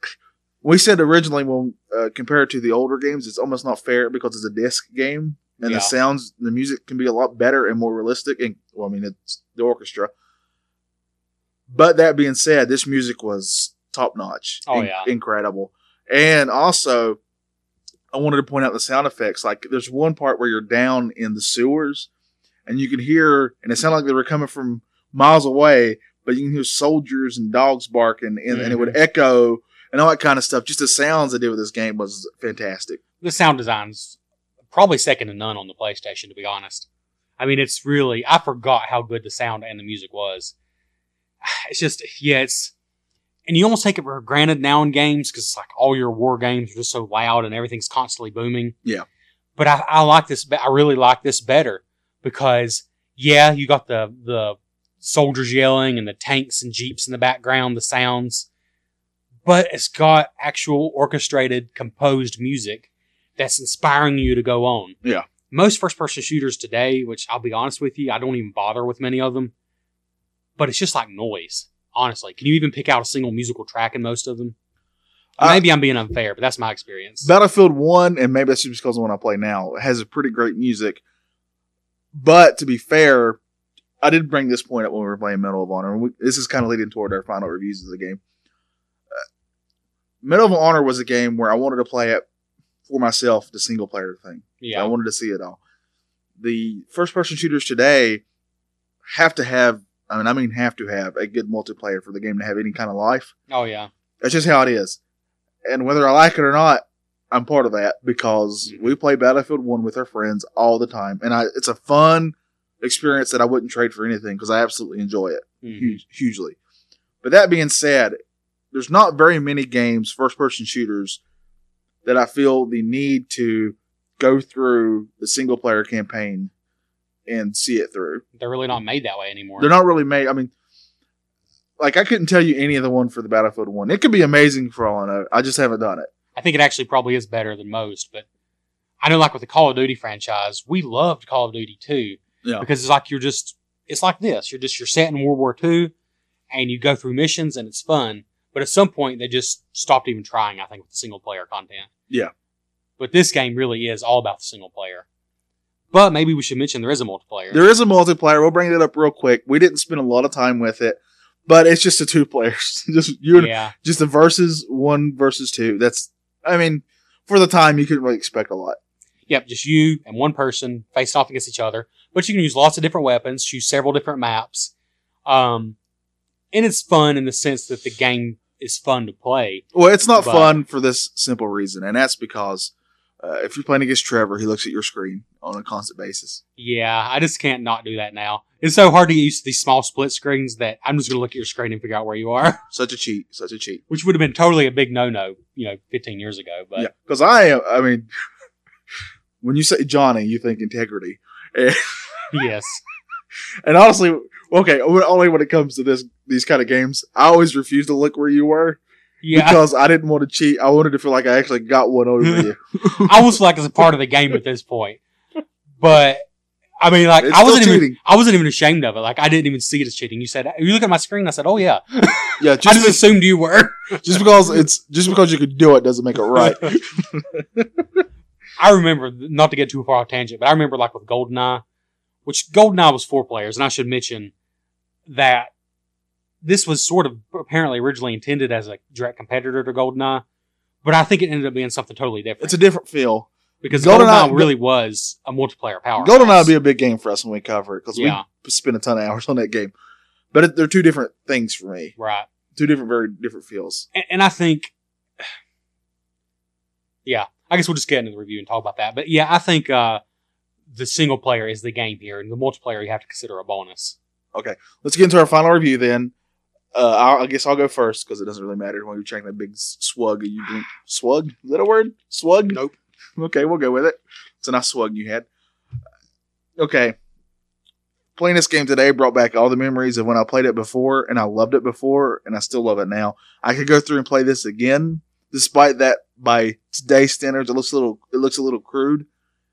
Speaker 1: We said originally when uh, compared to the older games, it's almost not fair because it's a disc game, and
Speaker 2: Yeah.
Speaker 1: the sounds, the music can be a lot better and more realistic. And well, I mean, it's the orchestra. But that being said, this music was top notch.
Speaker 2: Oh, yeah.
Speaker 1: incredible. And also, I wanted to point out the sound effects. Like, there's one part where you're down in the sewers, and you can hear, and it sounded like they were coming from miles away, but you can hear soldiers and dogs barking, and, and it would echo and all that kind of stuff. Just the sounds they did with this game was fantastic.
Speaker 2: the sound design's probably second to none on the PlayStation, to be honest. I mean, it's really I forgot how good the sound and the music was. *sighs* It's just yeah, it's and you almost take it for granted now in games because it's like all your war games are just so loud and everything's constantly booming.
Speaker 1: Yeah.
Speaker 2: but I, I like this. be- I really like this better because yeah, you got the the soldiers yelling and the tanks and jeeps in the background, the sounds, but it's got actual orchestrated, composed music that's inspiring you to go on.
Speaker 1: Yeah.
Speaker 2: Most first person shooters today, which I'll be honest with you, I don't even bother with many of them, but it's just like noise, honestly. Can you even pick out a single musical track in most of them?
Speaker 1: Uh,
Speaker 2: Maybe I'm being unfair, but that's my experience.
Speaker 1: Battlefield One, and maybe that's just because of the one I play now, has a pretty great music. But to be fair, I did bring this point up when we were playing Medal of Honor, and we, this is kind of leading toward our final reviews of the game. Uh, Medal of Honor was a game where I wanted to play it for myself, the single player thing. I
Speaker 2: yeah.
Speaker 1: wanted to see it all. The first person shooters today have to have, I mean, I mean, have to have a good multiplayer for the game to have any kind of life.
Speaker 2: Oh, yeah.
Speaker 1: That's just how it is. And whether I like it or not, I'm part of that because we play Battlefield 1 with our friends all the time. And I, it's a fun experience that I wouldn't trade for anything because I absolutely enjoy it
Speaker 2: Mhm.
Speaker 1: hu- hugely. But that being said, there's not very many games, first person shooters, that I feel the need to go through the single player campaign and see it through.
Speaker 2: They're really not made that way anymore.
Speaker 1: They're not really made. I mean, like I couldn't tell you any of the one for the Battlefield one. It could be amazing for all I know. I just haven't done it.
Speaker 2: I think it actually probably is better than most, but I know like with the Call of Duty franchise, we loved Call of Duty 2
Speaker 1: Yeah.
Speaker 2: Oh. because it's like you're just it's like this. You're just you're set in World War II and you go through missions and it's fun. But at some point they just stopped even trying, I think, with the single player content.
Speaker 1: Yeah.
Speaker 2: But this game really is all about the single player. But maybe we should mention there is a multiplayer.
Speaker 1: There is a multiplayer. We'll bring it up real quick. We didn't spend a lot of time with it, but it's just the two players. *laughs* just you and
Speaker 2: yeah.
Speaker 1: just the versus one versus two. That's I mean, for the time you couldn't really expect a lot.
Speaker 2: Yep, just you and one person facing off against each other. But you can use lots of different weapons, choose several different maps. Um, and it's fun in the sense that the game is fun to play.
Speaker 1: Well, it's not
Speaker 2: But-
Speaker 1: fun for this simple reason, and that's because uh, if you're playing against Trevor, he looks at your screen on a constant basis.
Speaker 2: Yeah, I just can't not do that now. It's so hard to get used to these small split screens that I'm just going to look at your screen and figure out where you are, *laughs*
Speaker 1: Such a cheat. Such a cheat.
Speaker 2: which would have been totally a big no no, you know, 15 years ago. But
Speaker 1: Yeah, because I am. I mean, *laughs* when you say Johnny, you think integrity,
Speaker 2: *laughs*
Speaker 1: *laughs*
Speaker 2: yes,
Speaker 1: and honestly, okay, when- only when it comes to this these kind of games, I always refuse to look where you were
Speaker 2: yeah,
Speaker 1: because I didn't want to cheat. I wanted to feel like I actually
Speaker 2: *laughs*
Speaker 1: got one over you.
Speaker 2: I was like it's a part of the game at this point. But I mean, like
Speaker 1: It's
Speaker 2: I wasn't
Speaker 1: still
Speaker 2: even
Speaker 1: cheating.
Speaker 2: I wasn't even ashamed of it. Like I didn't even see it as cheating. You said you look at my screen. I said, "Oh yeah."
Speaker 1: Yeah,
Speaker 2: I
Speaker 1: just,
Speaker 2: just assumed you were.
Speaker 1: just because it's just because you could do it doesn't make it *laughs* right.
Speaker 2: I remember not to get too far off tangent, but I remember like with Goldeneye, which Goldeneye was four players, and I should mention that this was sort of apparently originally intended as a direct competitor to Goldeneye, but I think it ended up being something totally different
Speaker 1: It's a different feel.
Speaker 2: because
Speaker 1: Goldeneye-
Speaker 2: Goldeneye, really was a multiplayer power.
Speaker 1: Goldeneye will be a big game for us when we cover it because
Speaker 2: yeah,
Speaker 1: we spend a ton of hours on that game. But it, they're two different things for me.
Speaker 2: right.
Speaker 1: Two different, very different feels.
Speaker 2: and, and I think, *sighs* yeah, I guess we'll just get into the review and talk about that. But yeah, I think uh, the single player is the game here, and the multiplayer you have to consider a bonus.
Speaker 1: Let's get into our final review then. Uh, I'll, I guess I'll go first because it doesn't really matter when you're checking that big s- swug. You drink swug? Is that a word? Swug?
Speaker 2: Nope.
Speaker 1: Okay, we'll go with it. It's a nice swug you had. Okay. Playing this game today brought back all the memories of when I played it before, and I loved it before, and I still love it now. I could go through and play this again, despite that by today's standards, it looks a little it looks a little crude,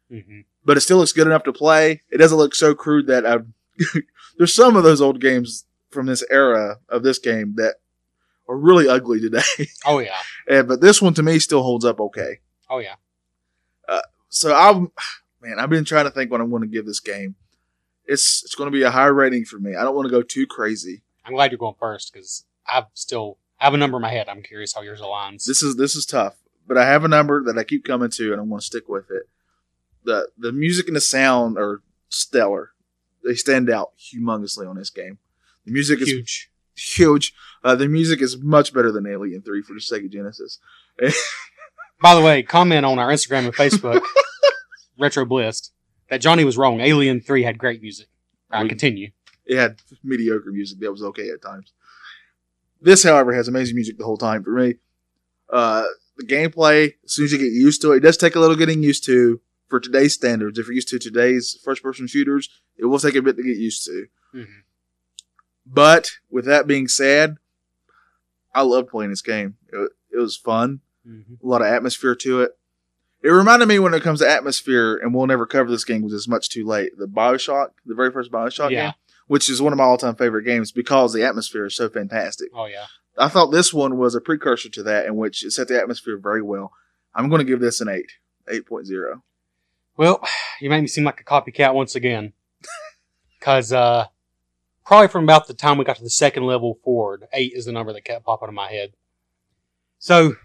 Speaker 2: hmm
Speaker 1: but it still looks good enough to play. It doesn't look so crude that I. *laughs* there's some of those old games from this era of this game that are really ugly today, *laughs*
Speaker 2: Oh yeah,
Speaker 1: and, but this one to me still holds up okay.
Speaker 2: oh yeah.
Speaker 1: so I'm *sighs* man, I've been trying to think what I'm going to give this game. It's it's going to be a high rating for me. I don't want to go too crazy.
Speaker 2: I'm glad you're going first because I've still I have a number in my head. I'm curious how yours aligns.
Speaker 1: This is this is tough, but I have a number that I keep coming to, and I'm going to stick with it. the The music and the sound are stellar. They stand out humongously on this game. The music is
Speaker 2: Huge.
Speaker 1: huge. Uh, the music is much better than Alien Three for the Sega Genesis.
Speaker 2: By the way, comment on our Instagram
Speaker 1: *laughs*
Speaker 2: and Facebook, Retro Blist, that Johnny was wrong. Alien Three had great music. I
Speaker 1: We-
Speaker 2: continue.
Speaker 1: It had mediocre music that was okay at times. This, however, has amazing music the whole time for me. Uh, the gameplay, as soon as you get used to it, it does take a little getting used to for today's standards. If you're used to today's first person shooters, it will take a bit to get used to. Mm-hmm.
Speaker 2: Mhm.
Speaker 1: But with that being said, I love playing this game. It, wa- it was fun,
Speaker 2: Mhm.
Speaker 1: a lot of atmosphere to it. It reminded me when it comes to atmosphere, and we'll never cover this game because it's much too late. The Bioshock, the very first Bioshock game
Speaker 2: Yeah.
Speaker 1: which is one of my all-time favorite games because the atmosphere is so fantastic.
Speaker 2: Oh yeah.
Speaker 1: I thought this one was a precursor to that, in which it set the atmosphere very well. I'm going to give this an eight, 8.0.
Speaker 2: Well, you made me seem like a copycat once again. Because uh, probably from about the time we got to the second level forward, eight is the number that kept popping in my head. So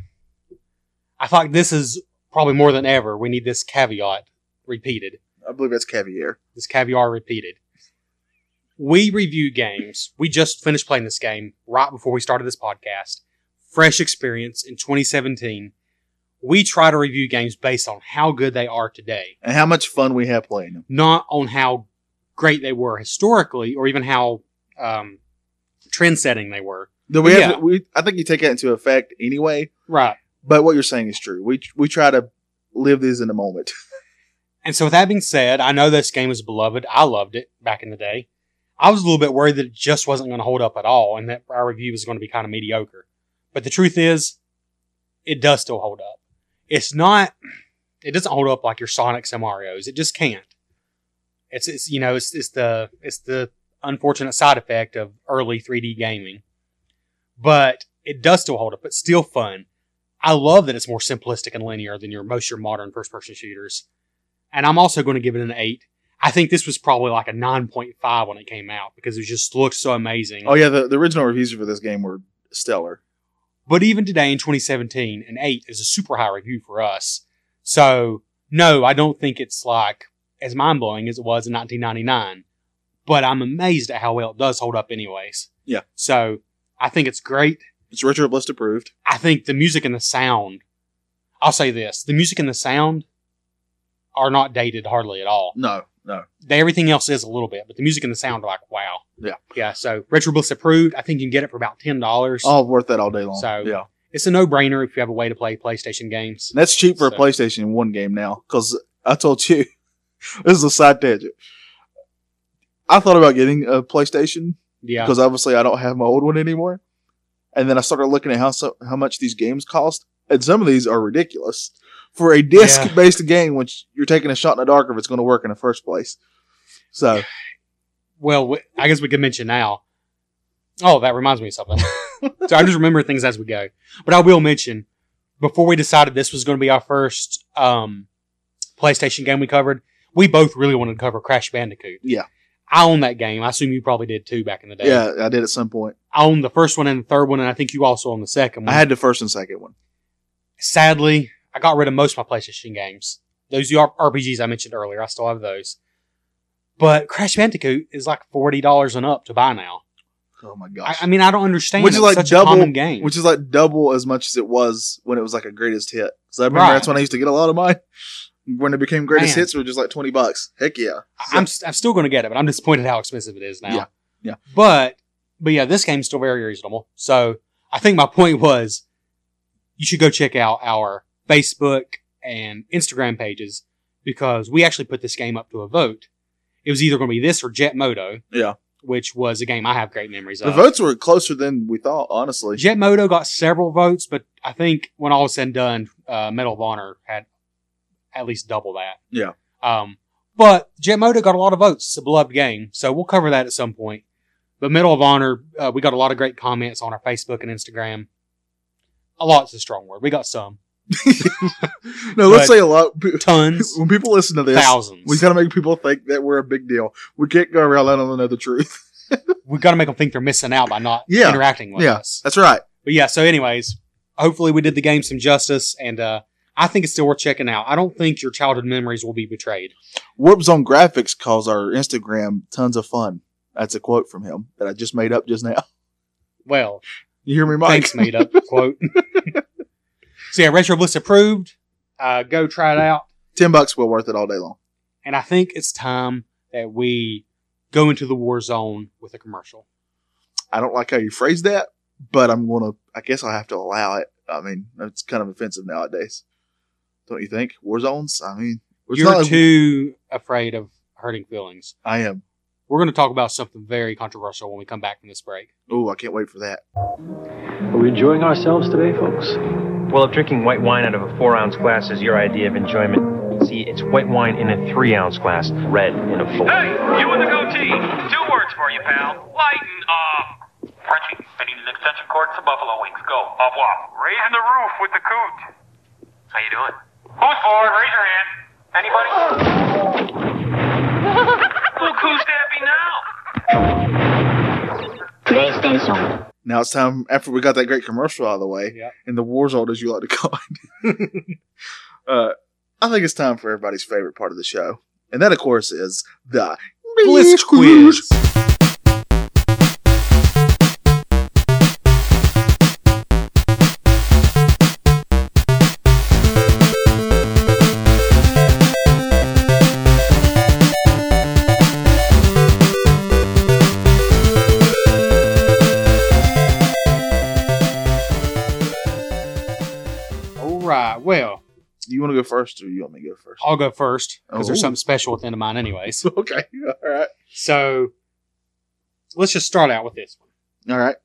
Speaker 2: I thought this is probably more than ever. We need this caveat repeated,
Speaker 1: I believe that's caviar.
Speaker 2: this caviar repeated. We review games. We just finished playing this game right before we started this podcast. Fresh experience in 2017. We try to review games based on how good they are today
Speaker 1: And how much fun we have playing them.
Speaker 2: not on how great they were historically or even how um, trend setting they were.
Speaker 1: Do we have
Speaker 2: Yeah.
Speaker 1: to, we, I think you take that into effect anyway,
Speaker 2: Right.
Speaker 1: but what you're saying is true. We, we try to live these in the moment.
Speaker 2: And so, with that being said, I know this game is beloved. I loved it back in the day. I was a little bit worried that it just wasn't going to hold up at all and that our review was going to be kind of mediocre. But the truth is, it does still hold up. It's not, it doesn't hold up like your Sonics and Mario's. It just can't. It's, it's you know, it's, it's the, it's the unfortunate side effect of early 3D gaming. But it does still hold up. It's still fun. I love that it's more simplistic and linear than your most your modern first person shooters and I'm also going to give it an eight. I think this was probably like a nine point five when it came out because it just looked so amazing.
Speaker 1: Oh yeah, the, the original reviews for this game were stellar.
Speaker 2: But even today in 2017, an eight is a super high review for us. So no, I don't think it's like as mind blowing as it was in 1999. But I'm amazed at how well it does hold up, anyways.
Speaker 1: Yeah.
Speaker 2: So I think it's great.
Speaker 1: It's Retro Blast approved.
Speaker 2: I think the music and the sound. I'll say this: the music and the sound are not dated hardly at all.
Speaker 1: No, no.
Speaker 2: the, everything else is a little bit, but the music and the sound are like wow.
Speaker 1: Yeah.
Speaker 2: Yeah. So Retro Bliss approved. I think you can get it for about ten dollars.
Speaker 1: All worth that all day long.
Speaker 2: So-
Speaker 1: yeah.
Speaker 2: It's a no brainer if you have a way to play PlayStation games.
Speaker 1: And That's cheap for a
Speaker 2: So-
Speaker 1: PlayStation 1 game now, because I told you, *laughs* this is a side tangent. I thought about getting a PlayStation,
Speaker 2: Yeah.
Speaker 1: because obviously I don't have my old one anymore. And then I started looking at how, so, how much these games cost, and some of these are ridiculous. For a disc based game, which you're taking a shot in the dark if it's going to work in the first place. So
Speaker 2: Well, w- I guess we could mention now. Oh, that reminds me
Speaker 1: *laughs*
Speaker 2: of something. so I just remember things as we go. But I will mention before we decided this was going to be our first um, PlayStation game we covered, we both really wanted to cover Crash Bandicoot.
Speaker 1: Yeah.
Speaker 2: I own that game. I assume you probably did too back in the day.
Speaker 1: yeah, I did at some point.
Speaker 2: I own the first one and the third one, and I think you also own the second one.
Speaker 1: I had the first and second one.
Speaker 2: Sadly, I got rid of most of my PlayStation games. Those R- RPGs I mentioned earlier, I still have those. But Crash Bandicoot is like forty dollars and up to buy now.
Speaker 1: Oh my
Speaker 2: I,
Speaker 1: gosh.
Speaker 2: I mean, I don't understand.
Speaker 1: Which is
Speaker 2: It's
Speaker 1: like
Speaker 2: such
Speaker 1: double-
Speaker 2: a common game.
Speaker 1: which is like double as much as it was when it was like a greatest hit. Because I remember
Speaker 2: Right.
Speaker 1: that's when I used to get a lot of mine. When it became greatest
Speaker 2: Man.
Speaker 1: hits, it was just like twenty bucks. Heck yeah!
Speaker 2: I- I'm s- I'm still going to get it, but I'm disappointed how expensive it is now.
Speaker 1: Yeah, yeah.
Speaker 2: But but yeah, this game's still very reasonable. So I think my point was, you should go check out our Facebook and Instagram pages because we actually put this game up to a vote. It was either going to be this or Jet Moto.
Speaker 1: Yeah.
Speaker 2: Which was a game I have great memories
Speaker 1: the
Speaker 2: of.
Speaker 1: votes were closer than we thought. Honestly,
Speaker 2: Jet Moto got several votes, but I think when all was said and done, uh, Medal of Honor had at least double that.
Speaker 1: Yeah.
Speaker 2: Um, but Jet Moto got a lot of votes. It's a beloved game, so we'll cover that at some point. But Medal of Honor, uh, we got a lot of great comments on our Facebook and Instagram. A lot's a strong word. We got some
Speaker 1: no. Let's
Speaker 2: but-
Speaker 1: say a lot. pe- *laughs*
Speaker 2: tons,
Speaker 1: When people listen to this,
Speaker 2: thousands.
Speaker 1: we gotta make people think that we're a big deal. We can't go around letting them know the truth.
Speaker 2: we got to make them think they're missing out by not
Speaker 1: Yeah.
Speaker 2: interacting with
Speaker 1: Yeah.
Speaker 2: us.
Speaker 1: That's right.
Speaker 2: But yeah, so anyways, hopefully we did the game some justice, and uh, I think it's still worth checking out. I don't think your childhood memories will be betrayed.
Speaker 1: Warp Zone Graphics calls our Instagram tons of fun. That's a quote from him that I just made up just now.
Speaker 2: Well,
Speaker 1: You hear me, Mike?
Speaker 2: Thanks,
Speaker 1: *laughs*
Speaker 2: made up quote. *laughs* so yeah, Retro Bliss approved. Uh, go try it out.
Speaker 1: Ten bucks, well worth it all day long.
Speaker 2: And I think it's time that we go into the war zone with a commercial.
Speaker 1: I don't like how you phrase that, but I'm gonna. I guess I'll have to allow it. I mean, it's kind of offensive nowadays, don't you think? War zones. I mean, it's
Speaker 2: You're
Speaker 1: not like-
Speaker 2: too afraid of hurting feelings.
Speaker 1: I am.
Speaker 2: We're going to talk about something very controversial when we come back from this break.
Speaker 1: Oh, I can't wait for that.
Speaker 3: Are we enjoying ourselves today, folks?
Speaker 4: Well, if drinking white wine out of a four ounce glass is your idea of enjoyment, see, it's white wine in a three ounce glass, red in a four.
Speaker 5: Hey, you in the goatee. Two words for you, pal. Lighten up. Frenchie, I need an extension cord and some buffalo wings. Go. Au revoir. Raising the roof with the coot. How you doing? Who's bored? Raise your hand. Anybody? Look who's happy now.
Speaker 1: Now it's time after we got that great commercial out of the way,
Speaker 2: Yeah.
Speaker 1: and the war zone, as you like to call it. *laughs* uh, I think it's time for everybody's favorite part of the show, and that, of course, is the
Speaker 2: Bliss quiz. All right. Well,
Speaker 1: You want to go first, or you want me to go first?
Speaker 2: I'll go first because there's
Speaker 1: Oh.
Speaker 2: something special within of mine, anyways.
Speaker 1: *laughs* okay. All right.
Speaker 2: So let's just start out with this one.
Speaker 1: All right.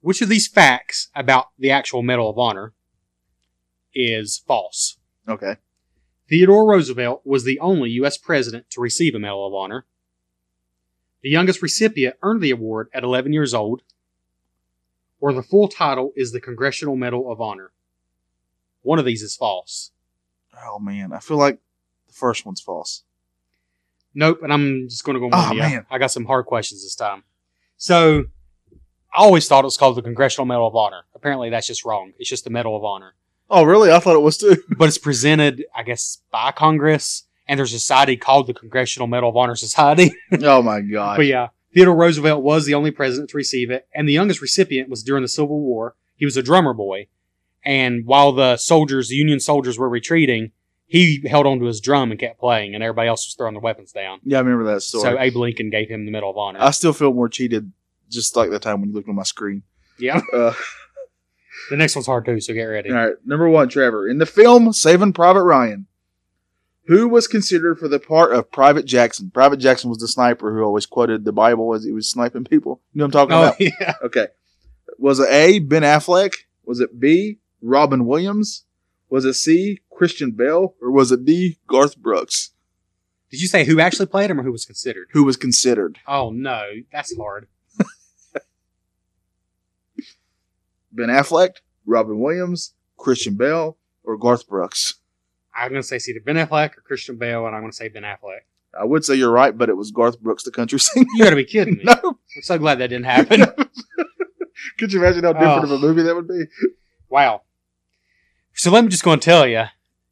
Speaker 2: which of these facts about the actual Medal of Honor is false?
Speaker 1: Okay.
Speaker 2: Theodore Roosevelt was the only U.S. president to receive a Medal of Honor. The youngest recipient earned the award at 11 years old. Or the full title is the Congressional Medal of Honor. One of these is false.
Speaker 1: Oh man, I feel like the first one's false.
Speaker 2: Nope, and I'm just going to go with
Speaker 1: Oh,
Speaker 2: you.
Speaker 1: man.
Speaker 2: I got some hard questions this time. So, I always thought it was called the Congressional Medal of Honor. Apparently, that's just wrong. It's just the Medal of Honor.
Speaker 1: Oh really? I thought it was too.
Speaker 2: but it's presented, I guess, by Congress, and there's a society called the Congressional Medal of Honor Society.
Speaker 1: *laughs*
Speaker 2: *laughs*
Speaker 1: oh my god.
Speaker 2: but yeah, Theodore Roosevelt was the only president to receive it, and the youngest recipient was during the Civil War. He was a drummer boy, and while the soldiers, the Union soldiers, were retreating, he held onto his drum and kept playing, and everybody else was throwing their weapons down.
Speaker 1: Yeah, I remember that story.
Speaker 2: So Abe Lincoln gave him the Medal of Honor.
Speaker 1: I still feel more cheated just like the time when you looked on my screen.
Speaker 2: yeah, *laughs*
Speaker 1: Uh,
Speaker 2: the next one's hard too, so get ready.
Speaker 1: all right, number one, Trevor. In the film Saving Private Ryan, who was considered for the part of Private Jackson? Private Jackson was the sniper who always quoted the Bible as he was sniping people. You know what I'm talking
Speaker 2: Oh
Speaker 1: about?
Speaker 2: *laughs* yeah,
Speaker 1: Okay. Was it A, Ben Affleck? Was it B, Robin Williams? Was it C, Christian Bell? Or was it D, Garth Brooks?
Speaker 2: Did you say who actually played him or who was considered?
Speaker 1: who was considered.
Speaker 2: Oh no, that's hard.
Speaker 1: Ben Affleck, Robin Williams, Christian Bale, or Garth Brooks.
Speaker 2: I'm gonna say it's either Ben Affleck or Christian Bale, and I'm gonna say Ben Affleck.
Speaker 1: I would say you're right, but it was Garth Brooks, the country *laughs* singer.
Speaker 2: *laughs* You gotta be kidding
Speaker 1: *laughs*
Speaker 2: me.
Speaker 1: no,
Speaker 2: I'm so glad that
Speaker 1: *laughs*
Speaker 2: didn't happen.
Speaker 1: could you imagine how different
Speaker 2: Oh.
Speaker 1: of a movie that would be?
Speaker 2: Wow. So let me just go and tell you,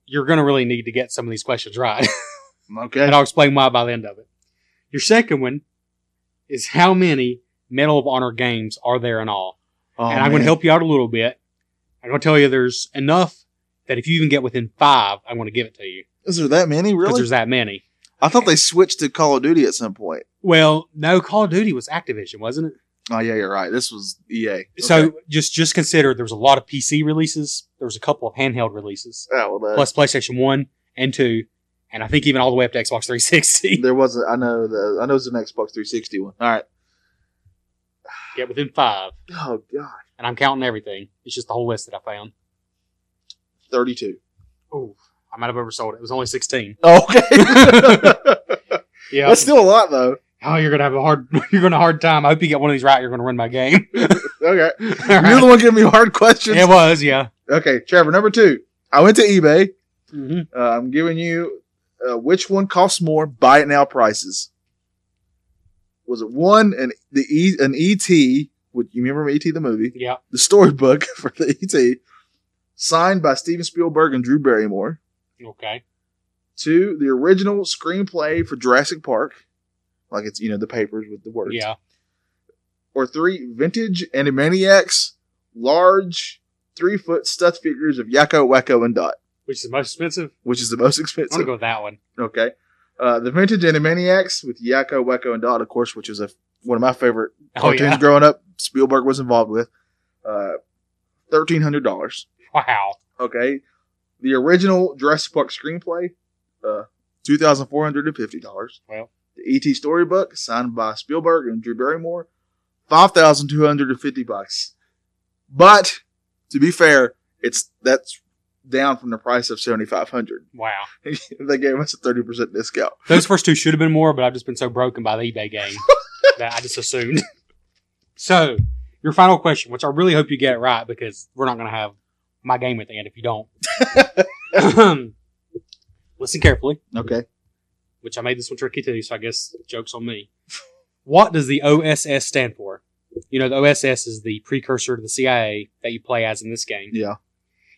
Speaker 2: you're going to really need to get some of these questions right, *laughs*
Speaker 1: Okay,
Speaker 2: and I'll explain why by the end of it. Your second one is how many Medal of Honor games are there in all?
Speaker 1: Oh,
Speaker 2: and I'm
Speaker 1: man.
Speaker 2: going to help you out a little bit. I'm going to tell you there's enough that if you even get within five, I'm going to give it to you
Speaker 1: Is there that many?
Speaker 2: because
Speaker 1: Really?
Speaker 2: there's that many.
Speaker 1: I thought they switched to Call of Duty at some point.
Speaker 2: Well, no, Call of Duty was Activision, wasn't it?
Speaker 1: Oh yeah, you're right. This was EA. Okay.
Speaker 2: So just just consider there was a lot of PC releases. There was a couple of handheld releases.
Speaker 1: Oh, well, uh,
Speaker 2: plus PlayStation One and Two, and I think even all the way up to
Speaker 1: *laughs*
Speaker 2: Xbox 360.
Speaker 1: there wasn't. I know the. I know it's an Xbox 360 one. All right.
Speaker 2: Get within five,
Speaker 1: Oh god,
Speaker 2: and I'm counting everything. It's just the whole list that I found.
Speaker 1: 32.
Speaker 2: Oh, I might have oversold it. It was only 16.
Speaker 1: Okay. *laughs*
Speaker 2: Yeah.
Speaker 1: That's still a lot though.
Speaker 2: oh, you're gonna have a hard. *laughs* You're gonna have a hard time. I hope you get one of these right. You're gonna win my game. *laughs*
Speaker 1: Okay.
Speaker 2: All
Speaker 1: You're
Speaker 2: right.
Speaker 1: the one giving me hard questions.
Speaker 2: It was, yeah.
Speaker 1: Okay, Trevor, number two. I went to eBay.
Speaker 2: hmm
Speaker 1: Uh, I'm giving you uh, which one costs more, buy it now prices. Was it one and the e, an ET? Would you remember ET the movie,
Speaker 2: Yeah.
Speaker 1: the storybook *laughs* for the ET, signed by Steven Spielberg and Drew Barrymore?
Speaker 2: Okay.
Speaker 1: Two, the original screenplay for Jurassic Park, like it's you know the papers with the words.
Speaker 2: Yeah.
Speaker 1: Or three, vintage Animaniacs, large three foot stuffed figures of Yakko, Wacko, and Dot,
Speaker 2: Which is the most expensive?
Speaker 1: which is the most *laughs*
Speaker 2: I'm gonna
Speaker 1: expensive.
Speaker 2: go with that one.
Speaker 1: Okay. Uh, the Vintage Animaniacs with Yakko, Wacko, and Dot, of course, which was a, one of my favorite
Speaker 2: Oh
Speaker 1: cartoons
Speaker 2: yeah.
Speaker 1: growing up. Spielberg was involved with. Uh, $1,300.
Speaker 2: Wow.
Speaker 1: Okay. The original Jurassic Park screenplay, uh, $2,450.
Speaker 2: Well.
Speaker 1: The E.T. storybook, signed by Spielberg and Drew Barrymore, 5250 bucks. But, to be fair, it's that's down from the price of 7500
Speaker 2: Wow.
Speaker 1: *laughs* They gave us a 30% discount.
Speaker 2: Those first two should have been more, but I've just been so broken by the eBay *laughs* game that I just assumed. So, your final question, which I really hope you get it right because we're not going to have my game at the end if you *laughs* don't. Listen carefully,
Speaker 1: Okay.
Speaker 2: which I made this one tricky too, so I guess joke's on me. What does the OSS stand for? You know, the OSS is the precursor to the CIA that you play as in this game.
Speaker 1: Yeah.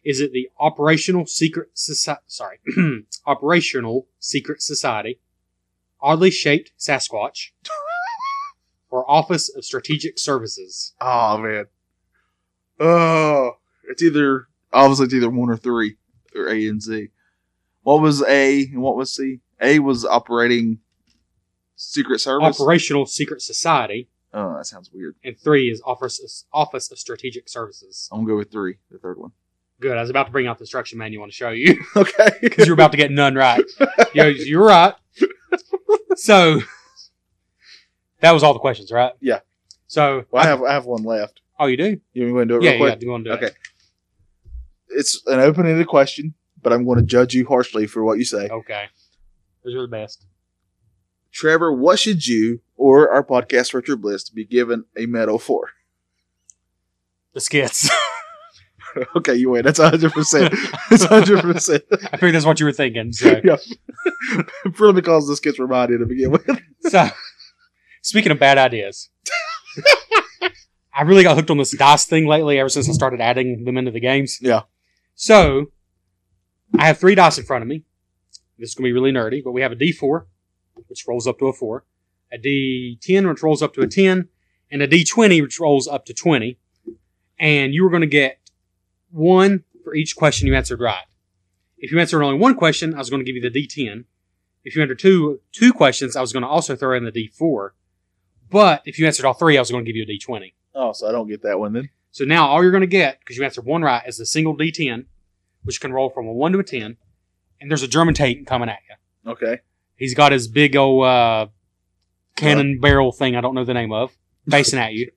Speaker 2: Is it the Operational Secret Society? Sorry, *clears throat* Operational Secret Society, oddly shaped Sasquatch, or Office of Strategic Services?
Speaker 1: Oh man. Oh, it's either obviously it's either one or three or A and Z. What was A and what was C? A was operating Secret Service.
Speaker 2: Operational Secret Society,
Speaker 1: oh, that sounds weird.
Speaker 2: and three is Office Office of Strategic Services.
Speaker 1: I'm gonna go with three, the third
Speaker 2: *laughs*
Speaker 1: one.
Speaker 2: Good. I was about to bring out the instruction manual to show you *laughs* because
Speaker 1: *laughs* Okay.
Speaker 2: you're about to get none right. You know, you're right. So that was all the questions, right?
Speaker 1: Yeah.
Speaker 2: So
Speaker 1: well, I have I have one left.
Speaker 2: oh, you do?
Speaker 1: You want me to do it
Speaker 2: Yeah,
Speaker 1: real
Speaker 2: you got
Speaker 1: quick?
Speaker 2: to go and do it.
Speaker 1: okay. It's an open-ended question, but I'm going to judge you harshly for what you say.
Speaker 2: Okay. Those are the best.
Speaker 1: Trevor, what should you or our podcast Richard Bliss be given a medal for?
Speaker 2: The skits.
Speaker 1: okay, you win. That's 100. percent That's 100. percent
Speaker 2: *laughs* *laughs* I figured that's what you were thinking. So,
Speaker 1: *laughs* yeah. Purely because this gets reminded to begin with. *laughs*
Speaker 2: so speaking of bad ideas, I really got hooked on this dice thing lately. Ever since I started adding them into the games,
Speaker 1: Yeah.
Speaker 2: So I have three dice in front of me. This is going to be really nerdy, but we have a D4, which rolls up to a four, a D10, which rolls up to a ten, and a D20, which rolls up to twenty. And you are going to get one for each question you answered right. If you answered only one question, I was going to give you the D10. If you answered two two questions, I was going to also throw in the D four. But if you answered all three, I was going to give you a D twenty.
Speaker 1: Oh, so I don't get that one then.
Speaker 2: So now all you're going to get because you answered one right is a single D ten, which can roll from a one to a ten. And there's a German tank coming at you.
Speaker 1: Okay.
Speaker 2: He's got his big old uh, cannon barrel thing I don't know the name of facing at you,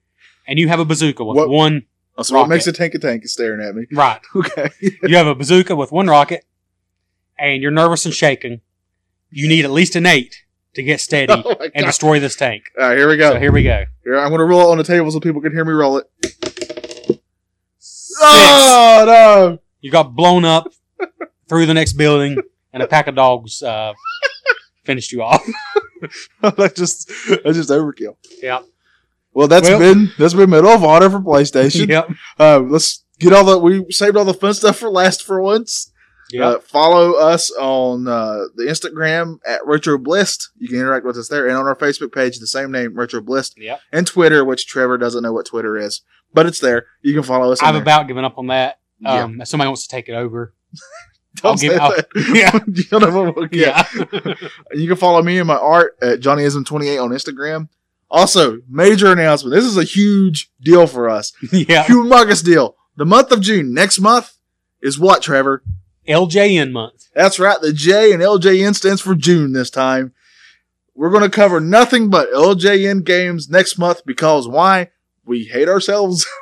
Speaker 2: and you have a bazooka with
Speaker 1: What-
Speaker 2: one
Speaker 1: Oh, so what
Speaker 2: Rocket.
Speaker 1: makes a tank a tank is staring at me. *laughs*
Speaker 2: right.
Speaker 1: Okay.
Speaker 2: you have a bazooka with one rocket, and you're nervous and shaking, You need at least an eight to get steady
Speaker 1: *laughs* Oh my
Speaker 2: and
Speaker 1: God. Oh.
Speaker 2: destroy this tank.
Speaker 1: All right, here we go.
Speaker 2: So here we go.
Speaker 1: Here, I'm going to roll it on the table so people can hear me roll it.
Speaker 2: Six.
Speaker 1: Oh, *laughs* no.
Speaker 2: You got blown up through the next building, and a pack of dogs uh, finished you off.
Speaker 1: that's just that's just overkill.
Speaker 2: Yep.
Speaker 1: Well, that's
Speaker 2: Well-
Speaker 1: been that's been Medal of Honor for
Speaker 2: *laughs*
Speaker 1: PlayStation.
Speaker 2: yep.
Speaker 1: Uh, let's get all the we saved all the fun stuff for last for once.
Speaker 2: Yep.
Speaker 1: Uh, follow us on uh, the Instagram at Retro Blist. You can interact with us there, and on our Facebook page, the same name, Retro Blist,
Speaker 2: yep.
Speaker 1: and Twitter, which Trevor doesn't know what Twitter is, but it's there. You can follow us. on
Speaker 2: I've
Speaker 1: there.
Speaker 2: about given up on that.
Speaker 1: Yeah.
Speaker 2: Um, if Somebody wants to take it over.
Speaker 1: Don't
Speaker 2: I'll give-
Speaker 1: say
Speaker 2: I'll-
Speaker 1: that.
Speaker 2: *laughs*
Speaker 1: *laughs*
Speaker 2: Yeah.
Speaker 1: You don't know what- yeah. You can follow me and my art at JohnnyIsm28 on Instagram. Also, major announcement. This is a huge deal for us.
Speaker 2: yeah. *laughs*
Speaker 1: Humongous deal. The month of June, next month, is what, Trevor?
Speaker 2: LJN month.
Speaker 1: That's right. The J and LJN stands for June this time. We're going to cover nothing but LJN games next month because why? We hate ourselves. *laughs*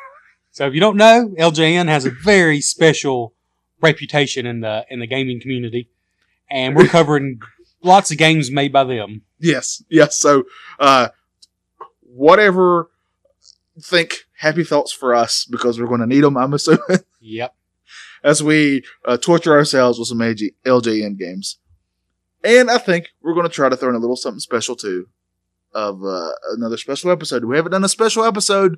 Speaker 2: So if you don't know, LJN has a very special reputation in the in the gaming community, and we're covering lots of games made by them.
Speaker 1: Yes, yes. So, uh, whatever, think happy thoughts for us because we're going to need them. I'm assuming *laughs*
Speaker 2: Yep.
Speaker 1: as we uh, torture ourselves with some AG- LJN games, and I think we're going to try to throw in a little something special too, of uh, another special episode. We haven't done a special episode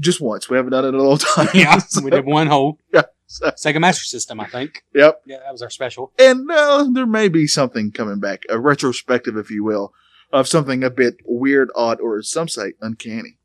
Speaker 1: just once. We haven't done it in a long *laughs* time.
Speaker 2: Yeah.
Speaker 1: So,
Speaker 2: we did one whole
Speaker 1: Yeah, so-
Speaker 2: Sega Master System, I think.
Speaker 1: yep.
Speaker 2: Yeah, that was our special.
Speaker 1: And uh, there may be something coming back, a retrospective, if you will, of something a bit weird, odd, or some say uncanny.